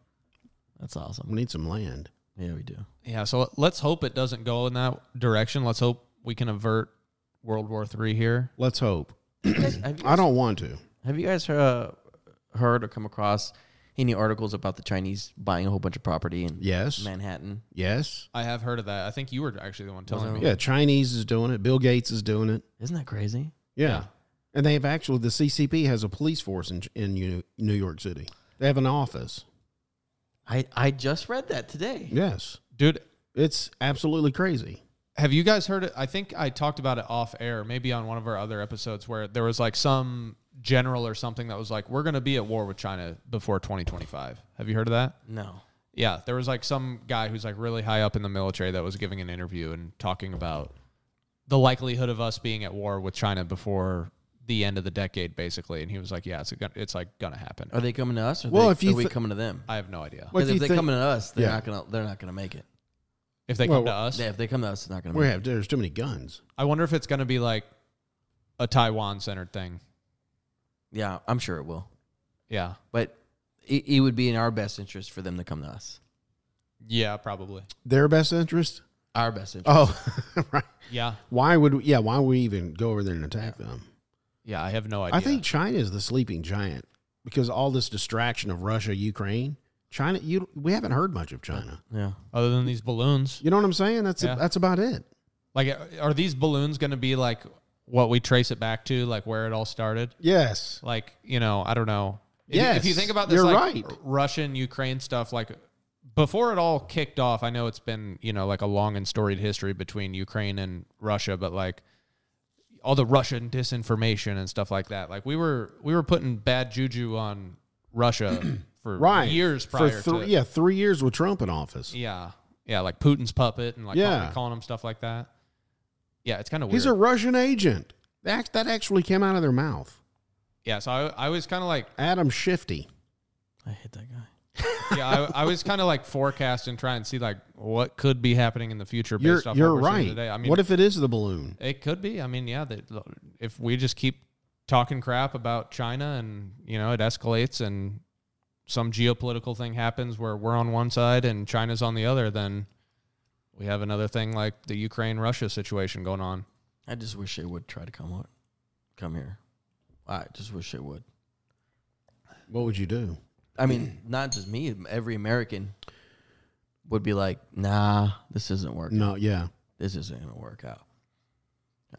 That's
We
awesome.
need some land.
Yeah, we do.
Yeah. So let's hope it doesn't go in that direction. Let's hope we can avert World War Three here.
Let's hope.
Have you
I don't want to.
Have you guys uh, heard or come across any articles about the Chinese buying a whole bunch of property in
Yes.
Manhattan?
Yes.
I have heard of that. I think you were actually the one telling me.
Yeah. Chinese is doing it. Bill Gates is doing it.
Isn't that crazy?
Yeah. And they have actually the CCP has a police force in in New New York City. They have an office.
I, I just read that today.
Yes.
Dude,
It's absolutely crazy.
have you guys heard it? I think I talked about it off air, maybe on one of our other episodes where there was like some general or something that was like, we're going to be at war with China before 2025. Have you heard of that?
No.
Yeah, there was like some guy who's like really high up in the military that was giving an interview and talking about the likelihood of us being at war with China before the end of the decade, basically. And he was like, "Yeah, it's gon- it's like gonna happen."
Are they coming to us? Or
Well,
they,
if you
are we
thi-
coming to them?
I have no idea
Well,
Because if,
you
they
think-
come to us, they're
Yeah.
not gonna they're not gonna make it.
if they
well,
come to us.
Yeah, if they come to us, they're not gonna
We
make it.
have there's too many guns.
I wonder if it's gonna be like a Taiwan-centered thing.
Yeah, I'm sure it will.
Yeah,
But it, it would be in our best interest for them to come to us.
yeah, probably.
Their best interest?
Our best interest.
Oh, right.
Yeah,
Why would we, yeah? Why would we even go over there and attack them?
yeah, I have no idea.
I think China is the sleeping giant because all this distraction of Russia, Ukraine, China. You we haven't heard much of China.
Yeah.
other than these balloons,
You know what I'm saying? That's
Yeah.
that's about it.
like, are these balloons gonna be like what we trace it back to, like where it all started?
Yes.
like you know i don't know if, you- if you
Yes,
think about this
you're
like
right.
russian ukraine stuff like before it all kicked off i know it's been you know like a long and storied history between ukraine and russia but like all the russian disinformation and stuff like that like we were we were putting bad juju on russia for
Right.
years
For
prior
three-
to
yeah, three years with Trump in office.
yeah yeah like putin's puppet and like
Yeah.
calling, calling him stuff like that Yeah, it's kind of weird.
He's a Russian agent. That, that actually came out of their mouth.
yeah, so I, I was kind of like,
Adam Shifty.
I hate that guy.
yeah, I, I was kind of like forecast and try and see like what could be happening in the future
You're,
based off
you're
what we're seeing
right.
today. I mean,
what if it is the balloon?
It could be. I mean, yeah, that if we just keep talking crap about China and, you know, it escalates and some geopolitical thing happens where we're on one side and China's on the other, then we have another thing like the Ukraine Russia situation going on.
I just wish they would try to come on, come here. I just wish they would.
What would you do?
I mean, not just me. Every American would be like, "Nah, this isn't working.
No, yeah,
This isn't gonna work out."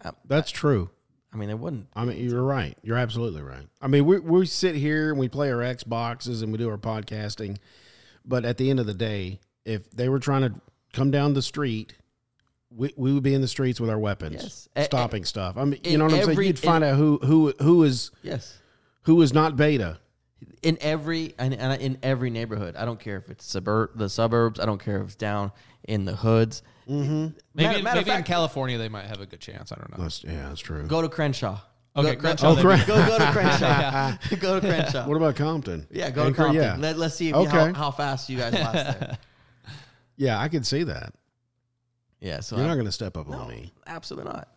I,
that's true.
I mean, it wouldn't.
I mean, you're right. You're absolutely right. I mean, we we sit here and we play our Xboxes and we do our podcasting, but at the end of the day, if they were trying to come down the street, we, we would be in the streets with our weapons,
Yes. A-
stopping stuff. I mean, you
in
know what I'm
every-
saying. You'd find out who who who is
Yes,
who is not beta.
in every and, and in every neighborhood. I don't care if it's suburb, the suburbs. I don't care if it's down in the hoods.
Mm-hmm.
Maybe,
Matter- matter of
maybe in
fact-
California they might have a good chance. I don't know.
That's, yeah, that's true.
Go to Crenshaw.
Okay,
go,
Crenshaw,
Go,
they'd
be-
go, go to Crenshaw. go to Crenshaw.
What about Compton?
yeah, go to
Anchor-
Compton.
Yeah,
Let, let's see if
Okay.
how, how fast you guys last there.
yeah, I could see that.
Yeah, so
You're
I'm-
not going to step up on me.
absolutely not.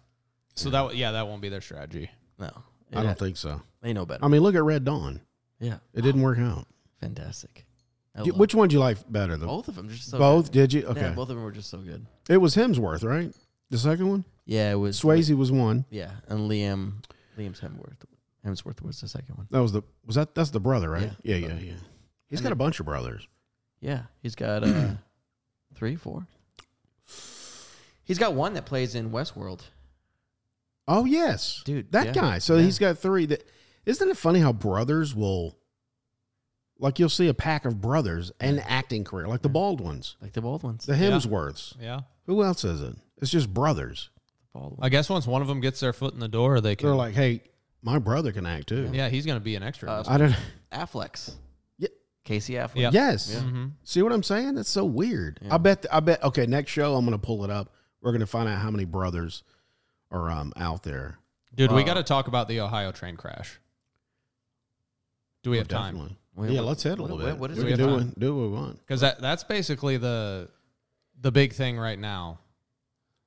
So that, yeah, that won't be their strategy.
No,
I don't think so.
they know better.
I mean, look at Red Dawn.
yeah,
It didn't work out.
fantastic. I
You-
love
Which one do you like better? The
Oh, both of them just so
both?
Good.
Did you?
Yeah,
Okay.
both of them were just so good.
It was Hemsworth, right? The second one?
Yeah, it was
Swayze was one.
Yeah, and Liam, Liam's Hemsworth. Hemsworth was the second one.
That was the was that that's the brother, right? Yeah,
Yeah.
yeah, yeah. He's got a bunch of brothers.
Yeah, he's got uh, three, four. He's got one that plays in Westworld.
Oh yes.
Dude,
That
yeah,
guy. So
yeah.
he's got three that isn't it funny how brothers will like you'll see a pack of brothers and acting career, like the bald ones.
Like the bald ones.
The Hemsworths.
Yeah.
Who else is it? It's just brothers.
bald ones.
I guess once one of them gets their foot in the door, they can.
They're like, hey, my brother can act too.
yeah, he's going to be an extra. in
Uh,
this.
I don't
Affleck's.
Yeah.
Casey Affleck.
Yeah.
Yes.
Mhm.
See what I'm saying? That's so weird.
Yeah.
I bet. I bet. Okay, next show I'm gonna pull it up. We're gonna find out how many brothers are um out there.
Dude, we
uh,
Wow.
got to talk about the Ohio train crash. Do we have time?
Oh, Definitely.
Wait,
yeah,
what-
let's hit a
what-
little
what-
bit.
what is
we
it?
can do
We have
one- do what we want.
Because that that's basically the the big thing right now.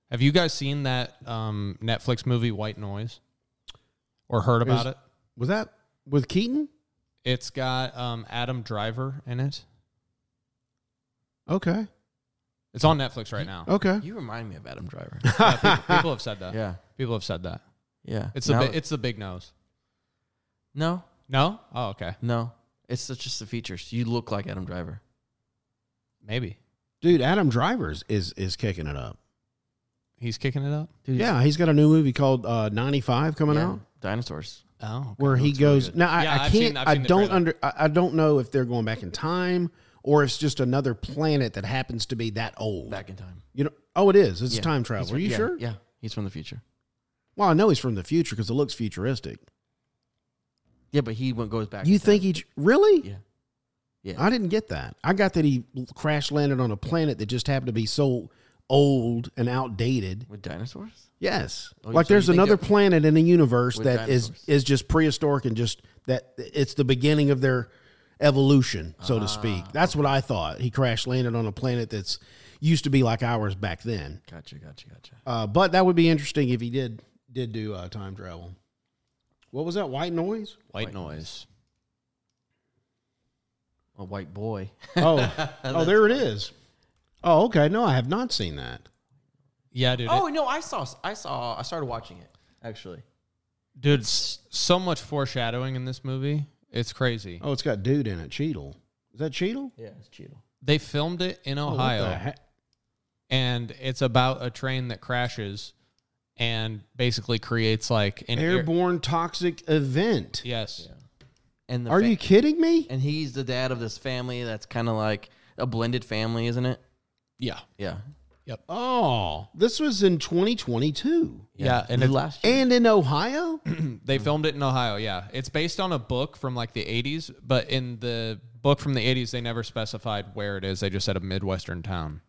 Have you guys seen that um, Netflix movie White Noise or heard about
Is-
it?
Was that with Keaton?
It's got um, Adam Driver in it.
Okay.
It's on Netflix right now.
Okay.
You remind me of Adam Driver.
Yeah, people, people have said that.
yeah.
People have said that.
Yeah.
It's the
Now-
bi- it's the big nose.
no,
No? Oh, okay.
no. It's the- just the features. You look like Adam Driver.
Maybe
Dude, Adam Drivers is is kicking it up.
he's kicking it up.
Dude, he's-
Yeah, he's got a new movie called uh, 95 coming
yeah,
out
Dinosaurs.
Oh,
where he goes. now I,
Yeah,
I
I've
can't.
seen- I've
I
seen the
don't
trailer.
under. I, I don't know if they're going back in time or it's just another planet that happens to be that old.
Back in time.
You know. Oh, it is. It's
Yeah.
time
He's
travel.
from-
Are you
yeah,
sure?
Yeah. He's from the future.
Well, I know he's from the future because it looks futuristic.
Yeah, but he went, goes back.
you
in time.
think he j- really?
Yeah. Yeah.
I didn't get that. I got that he crash landed on a planet that just happened to be so old and outdated.
With dinosaurs?
Yes,
Oh,
like
so you
there's
think
another
that-
planet in the universe
With
that is
dinosaurs.
is just prehistoric and just that it's the beginning of their evolution, so
Ah.
to speak. That's what I thought. He crash landed on a planet that's used to be like ours back then.
Gotcha, gotcha, gotcha.
Uh, but that would be interesting if he did did do uh, time travel. What was that white noise?
White noise.
A white boy.
Oh, oh, there it is. Oh, okay. No, I have not seen that.
Yeah, dude.
oh, no, I saw, I saw, I started watching it, actually.
Dude, s- so much foreshadowing in this movie. It's crazy.
Oh, it's got dude in it. Cheadle. Is that Cheadle?
Yeah, it's Cheeto.
They filmed it in
Oh, what
Ohio,
the heck?
and it's about a train that crashes and basically creates like an air-
Airborne toxic event.
yes.
And the
Are
fa-
you kidding me?
And he's the dad of this family that's kind of like a blended family, isn't it?
Yeah.
Yeah.
Oh, this was in 2022
Yeah, and
This
it-
last year.
and in Ohio.
They filmed it in Ohio. Yeah. It's based on a book from like the 80s, but in the book from the 80s, they never specified where it is. They just said a Midwestern town.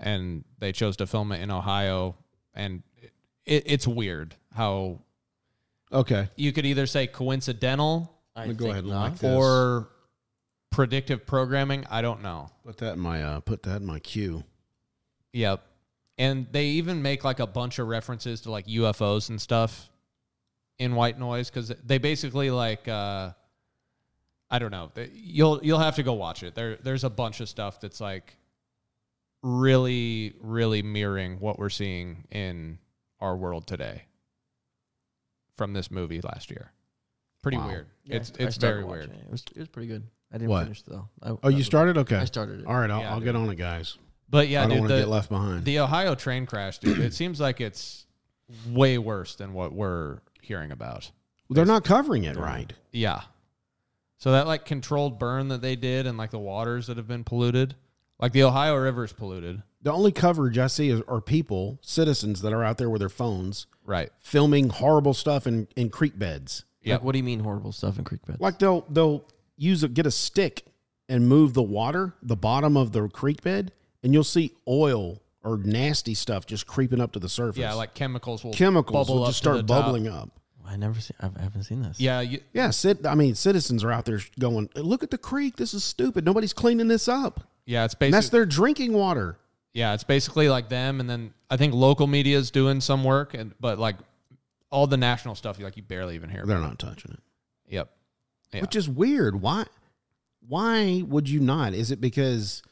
And they chose to film it in Ohio. And it, it, it's weird how
Okay.
you could either say coincidental
I
I'm gonna go
think
ahead and
not.
like this.
or predictive programming. I don't know.
put that in my uh, put that in my queue.
Yep. And they even make like a bunch of references to like UFOs and stuff in White Noise because they basically like uh, I don't know. They- You'll you'll have to go watch it. There there's a bunch of stuff that's like really really mirroring what we're seeing in our world today from this movie last year. Pretty
Wow.
weird.
Yeah, I
it's
st- I
it's
started
very weird.
watching It. It, was, it was pretty good. I didn't
What?
finish though. I,
Oh, you started? Okay.
I started it.
All right, I'll,
Yeah,
I'll get on it, guys.
But yeah,
I don't
dude,
want to
the,
get left behind.
The Ohio train crash, dude. it seems like it's way worse than what we're hearing about.
They're not covering it right.
Yeah. So that like controlled burn that they did and like the waters that have been polluted. Like the Ohio River's polluted.
The only coverage I see is, are people, citizens that are out there with their phones
Right.
filming horrible stuff in, in creek beds.
Yep.
Like, what do you mean horrible stuff in creek beds?
Like they'll they'll use a get a stick and move the water, the bottom of the creek bed, and you'll see oil or nasty stuff just creeping up to the surface.
Yeah, like chemicals will
chemicals
bubble
will
up
just
to the
start
top.
bubbling up.
I never seen. I've, I haven't seen this.
Yeah, you,
Yeah, sit, I mean, citizens are out there going, "Look at the creek. This is stupid. Nobody's cleaning this up."
yeah, it's
And
basically
that's their drinking water.
yeah, it's basically like them and then I think local media is doing some work and but like all the national stuff like you barely even hear. about.
They're not touching it.
Yep. Yeah.
which is weird. Why? Why would you not? Is it because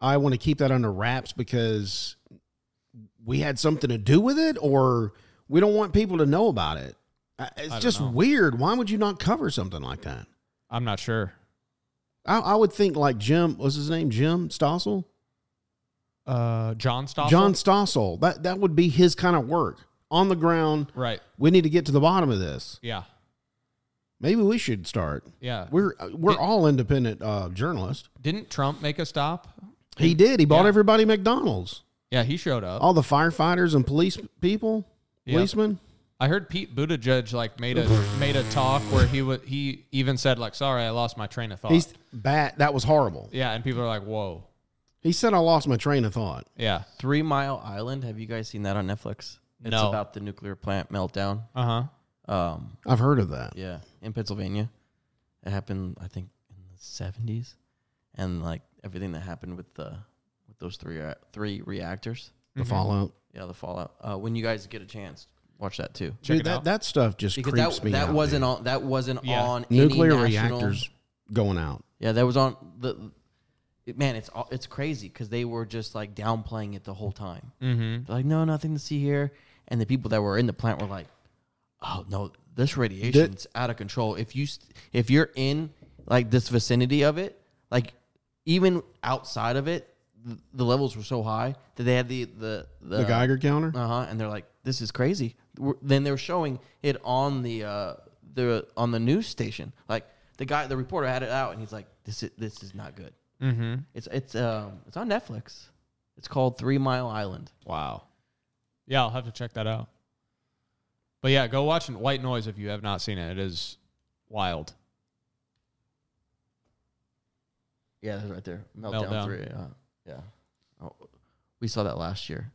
I want to keep that under wraps because we had something to do with it, or we don't want people to know about it? I- It's
don't
just
know.
weird. Why would you not cover something like that?
I'm not sure.
I, I would think like Jim, what's his name? Jim Stossel,
Uh John Stoffel.
John Stossel. That that would be his kind of work on the ground.
Right.
We need to get to the bottom of this.
Yeah.
Maybe we should start.
Yeah.
We're uh, we're
Did-
all independent uh, journalists.
Didn't Trump make a stop?
He did. He bought
Yeah.
everybody McDonald's.
Yeah, he showed up.
all the firefighters and police people,
Yeah.
policemen.
I heard Pete Buttigieg like made a made a talk where he was he even said like, "Sorry, I lost my train of thought."
He's bat. That was horrible.
yeah, and people are like, "Whoa."
He said, "I lost my train of thought."
Yeah.
Three Mile Island. Have you guys seen that on Netflix? It's
No.
about the nuclear plant meltdown.
Uh huh.
Um,
I've heard of that.
yeah, in Pennsylvania, it happened. I think in the seventies, and like everything that happened with the with those three uh, three reactors.
The fallout,
Yeah, the fallout. Uh, when you guys get a chance, watch that too.
Check it
dude. That
out.
that stuff just
Because
creeps
that,
me
that
out.
wasn't
dude.
on that wasn't
Yeah.
on any
nuclear
national-
reactors going out.
Yeah, that was on the. It, man, it's all it's crazy because they were just like downplaying it the whole time.
Mm-hmm.
They're like, no, nothing to see here. And the people that were in the plant were like, oh no, this radiation's out of control. If you st- if you're in like this vicinity of it, like even outside of it, the, the levels were so high that they had the the the,
The Geiger counter.
Uh huh. And they're like, this is crazy. We're- Then they were showing it on the uh the on the news station. Like the guy, the reporter had it out, and he's like, this is this is not good.
Mm-hmm.
It's it's um it's on Netflix. It's called Three Mile Island.
Wow. Yeah, I'll have to check that out. But yeah, go watch White Noise if you have not seen it. It is wild.
Yeah, that's right there. Meltdown,
Meltdown.
three. Yeah, yeah. Oh, we saw that last year.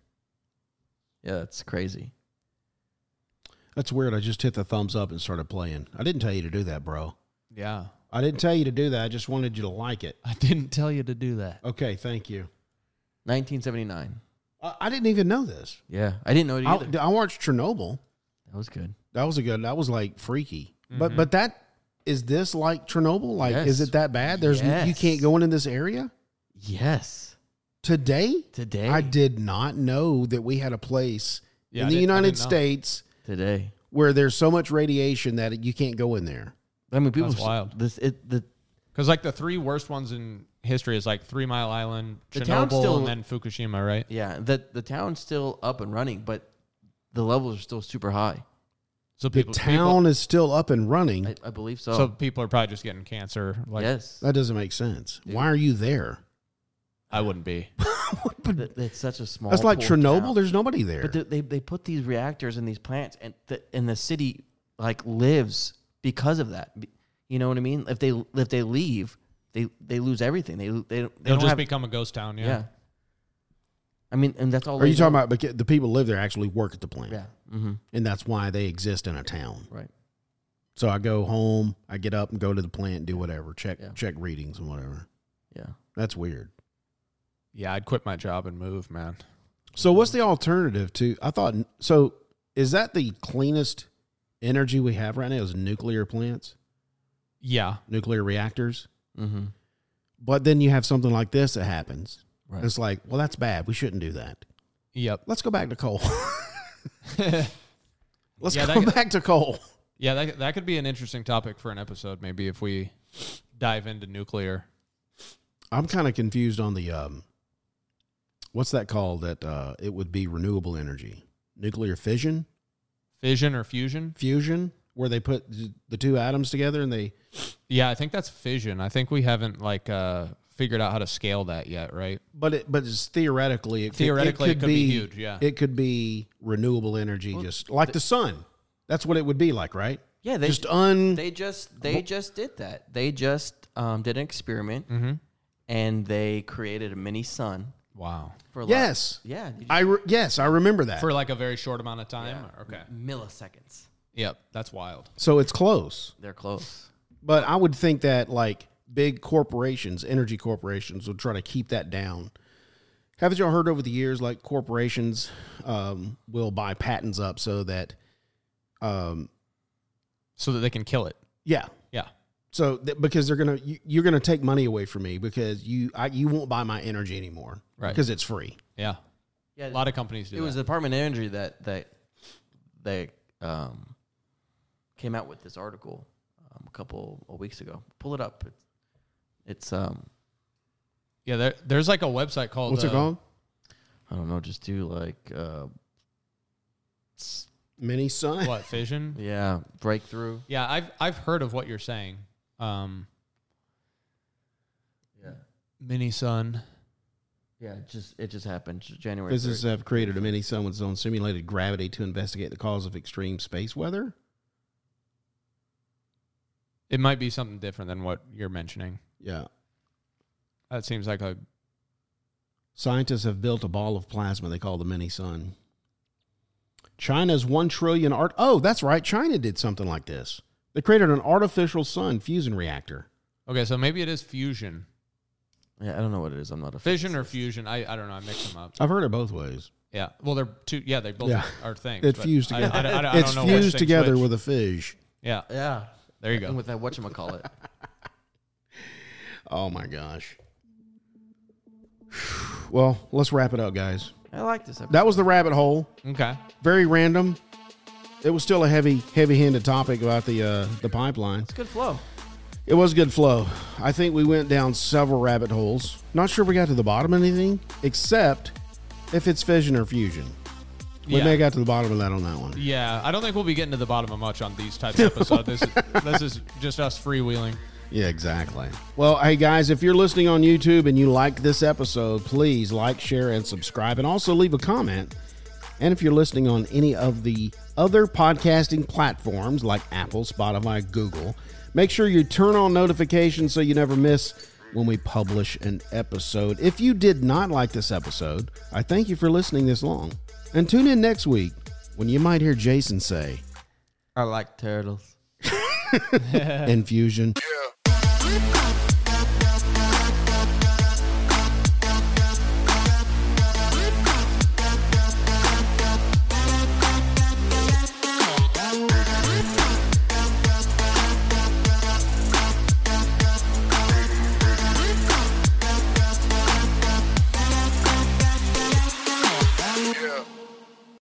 Yeah, that's crazy.
That's weird. I just hit the thumbs up and started playing. I didn't tell you to do that, bro.
Yeah.
I didn't tell you to do that. I just wanted you to like it.
I didn't tell you to do that.
Okay, thank you.
1979.
I, I didn't even know this.
Yeah, I didn't know it
I,
either.
I watched Chernobyl.
that was good.
That was a good. That was like freaky. But but that is this like Chernobyl? Like is
Yes.
it that bad? There's you
Yes.
can't go into this area
Yes,
today.
today.
I did not know that we had a place
Yeah,
in
I
the
didn't- I
United
didn't know.
States
today.
where there's so much radiation that you can't go in there.
I mean, people.
That's wild.
This it the
Because like the three worst ones in history is like Three Mile Island,
The town's
Chernobyl,
still-
and then Fukushima, right?
yeah the the town's still up and running, but the levels are still super high.
So
The
people
town is still up and running.
I, I believe so.
People, so people are probably just getting cancer. Like
yes,
that doesn't make sense. Why are you there?
I wouldn't be.
Th- it's such a small.
That's like
pool town.
Chernobyl. There's nobody there.
But they, they they put these reactors in these plants, and the and the city like lives because of that. Be- You know what I mean? If they if they leave, they they lose everything. They they, they
They'll
don't
just
have,
become a ghost town.
yeah. I mean, and that's all.
Are
they
you talking
know.
about beca- the people who live there actually work at the plant?
Yeah. Mm-hmm.
And that's why they exist in a town.
Right.
So I go home, I get up and go to the plant, do whatever, check
Yeah.
check readings and whatever.
Yeah.
That's weird.
Yeah, I'd quit my job and move, man.
So what's the alternative to I thought so is that the cleanest energy we have right now is nuclear plants,
Yeah,
nuclear reactors?
Mm-hmm.
But then you have something like this that happens.
Right.
It's like, well that's bad. We shouldn't do that.
yep.
Let's go back to coal. Let's
Yeah,
go
that-
back to coal.
Yeah, that that could be an interesting topic for an episode, maybe if we dive into nuclear.
I'm kind of confused on the um, what's that called? That uh, it would be renewable energy, nuclear fission,
Fission or fusion?
fusion, where they put the two atoms together and they
Yeah, I think that's fission. I think we haven't like uh figured out how to scale that yet, right?
But it, but it's theoretically, it
Theoretically, it could be huge, yeah.
it could be renewable energy, just like the sun. That's what it would be like, right?
Yeah, they-
just un.
They just they just did that. They just um, did an experiment and they created a mini sun
Wow.
for like,
yes,
yeah they just-
I re- yes, I remember that.
For like a very short amount of time. Okay.
Mm-hmm. milliseconds.
Yep, that's wild.
so it's close,
They're close.
but I would think that like big corporations, energy corporations, would try to keep that down. Haven't y'all heard over the years like corporations um, will buy patents up so that, um,
So that they can kill it.
yeah,
Yeah.
So th- because they're gonna you, you're gonna take money away from me because you I, you won't buy my energy anymore
Right.
because it's free.
Yeah. A
Yeah,
lot of companies do.
it was
that.
the Department of Energy that that that um, came out with this article um, a couple of weeks ago. Pull it up. It's, it's um
yeah, there, there's like a website called
What's
uh,
it called?
I don't know, just do like uh, s-
Mini sun.
What, fission?
yeah breakthrough.
Yeah, I've I've heard of what you're saying. Um,
Yeah,
mini sun.
yeah. It just it just happened J- January.
Physicists
3rd.
have created a mini sun with its own simulated gravity to investigate the cause of extreme space weather.
It might be something different than what you're mentioning.
Yeah,
That seems like a
scientists have built a ball of plasma they call the mini sun. China's one trillion art. Oh, that's right. China did something like this. They created an artificial sun fusion reactor.
okay. So maybe it is fusion,
yeah, I don't know what it is. I'm not a
fission or fusion. I, I don't know. I mix them up.
I've heard it both ways.
Yeah. Well, they're two. Yeah, they both
Yeah.
are things.
It
but
fused
I-
together.
I, don't- I don't- I
It's
don't know which
fused
thing's
together
which.
with a fish.
Yeah.
Yeah,
There you
and
go.
with that what you call it.
Oh my gosh. Well, let's wrap it up, guys.
I like this. Episode.
That was the rabbit hole.
Okay.
Very random. It was still a heavy, heavy-handed topic about the uh, the pipeline.
It's good flow.
It was good flow. I think we went down several rabbit holes. Not sure we got to the bottom of anything, except if it's fission or fusion. We
yeah.
may have got to the bottom of that on that one.
yeah. I don't think we'll be getting to the bottom of much on these types of episodes. this, is, this is just us freewheeling.
Yeah, exactly. Well, hey guys, if you're listening on YouTube and you like this episode, please like, share, and subscribe, and also leave a comment. And if you're listening on any of the other podcasting platforms like Apple, Spotify, Google, make sure you turn on notifications so you never miss when we publish an episode. If you did not like this episode, I thank you for listening this long. And tune in next week when you might hear Jason say,
I like turtles.
Infusion.
Yeah.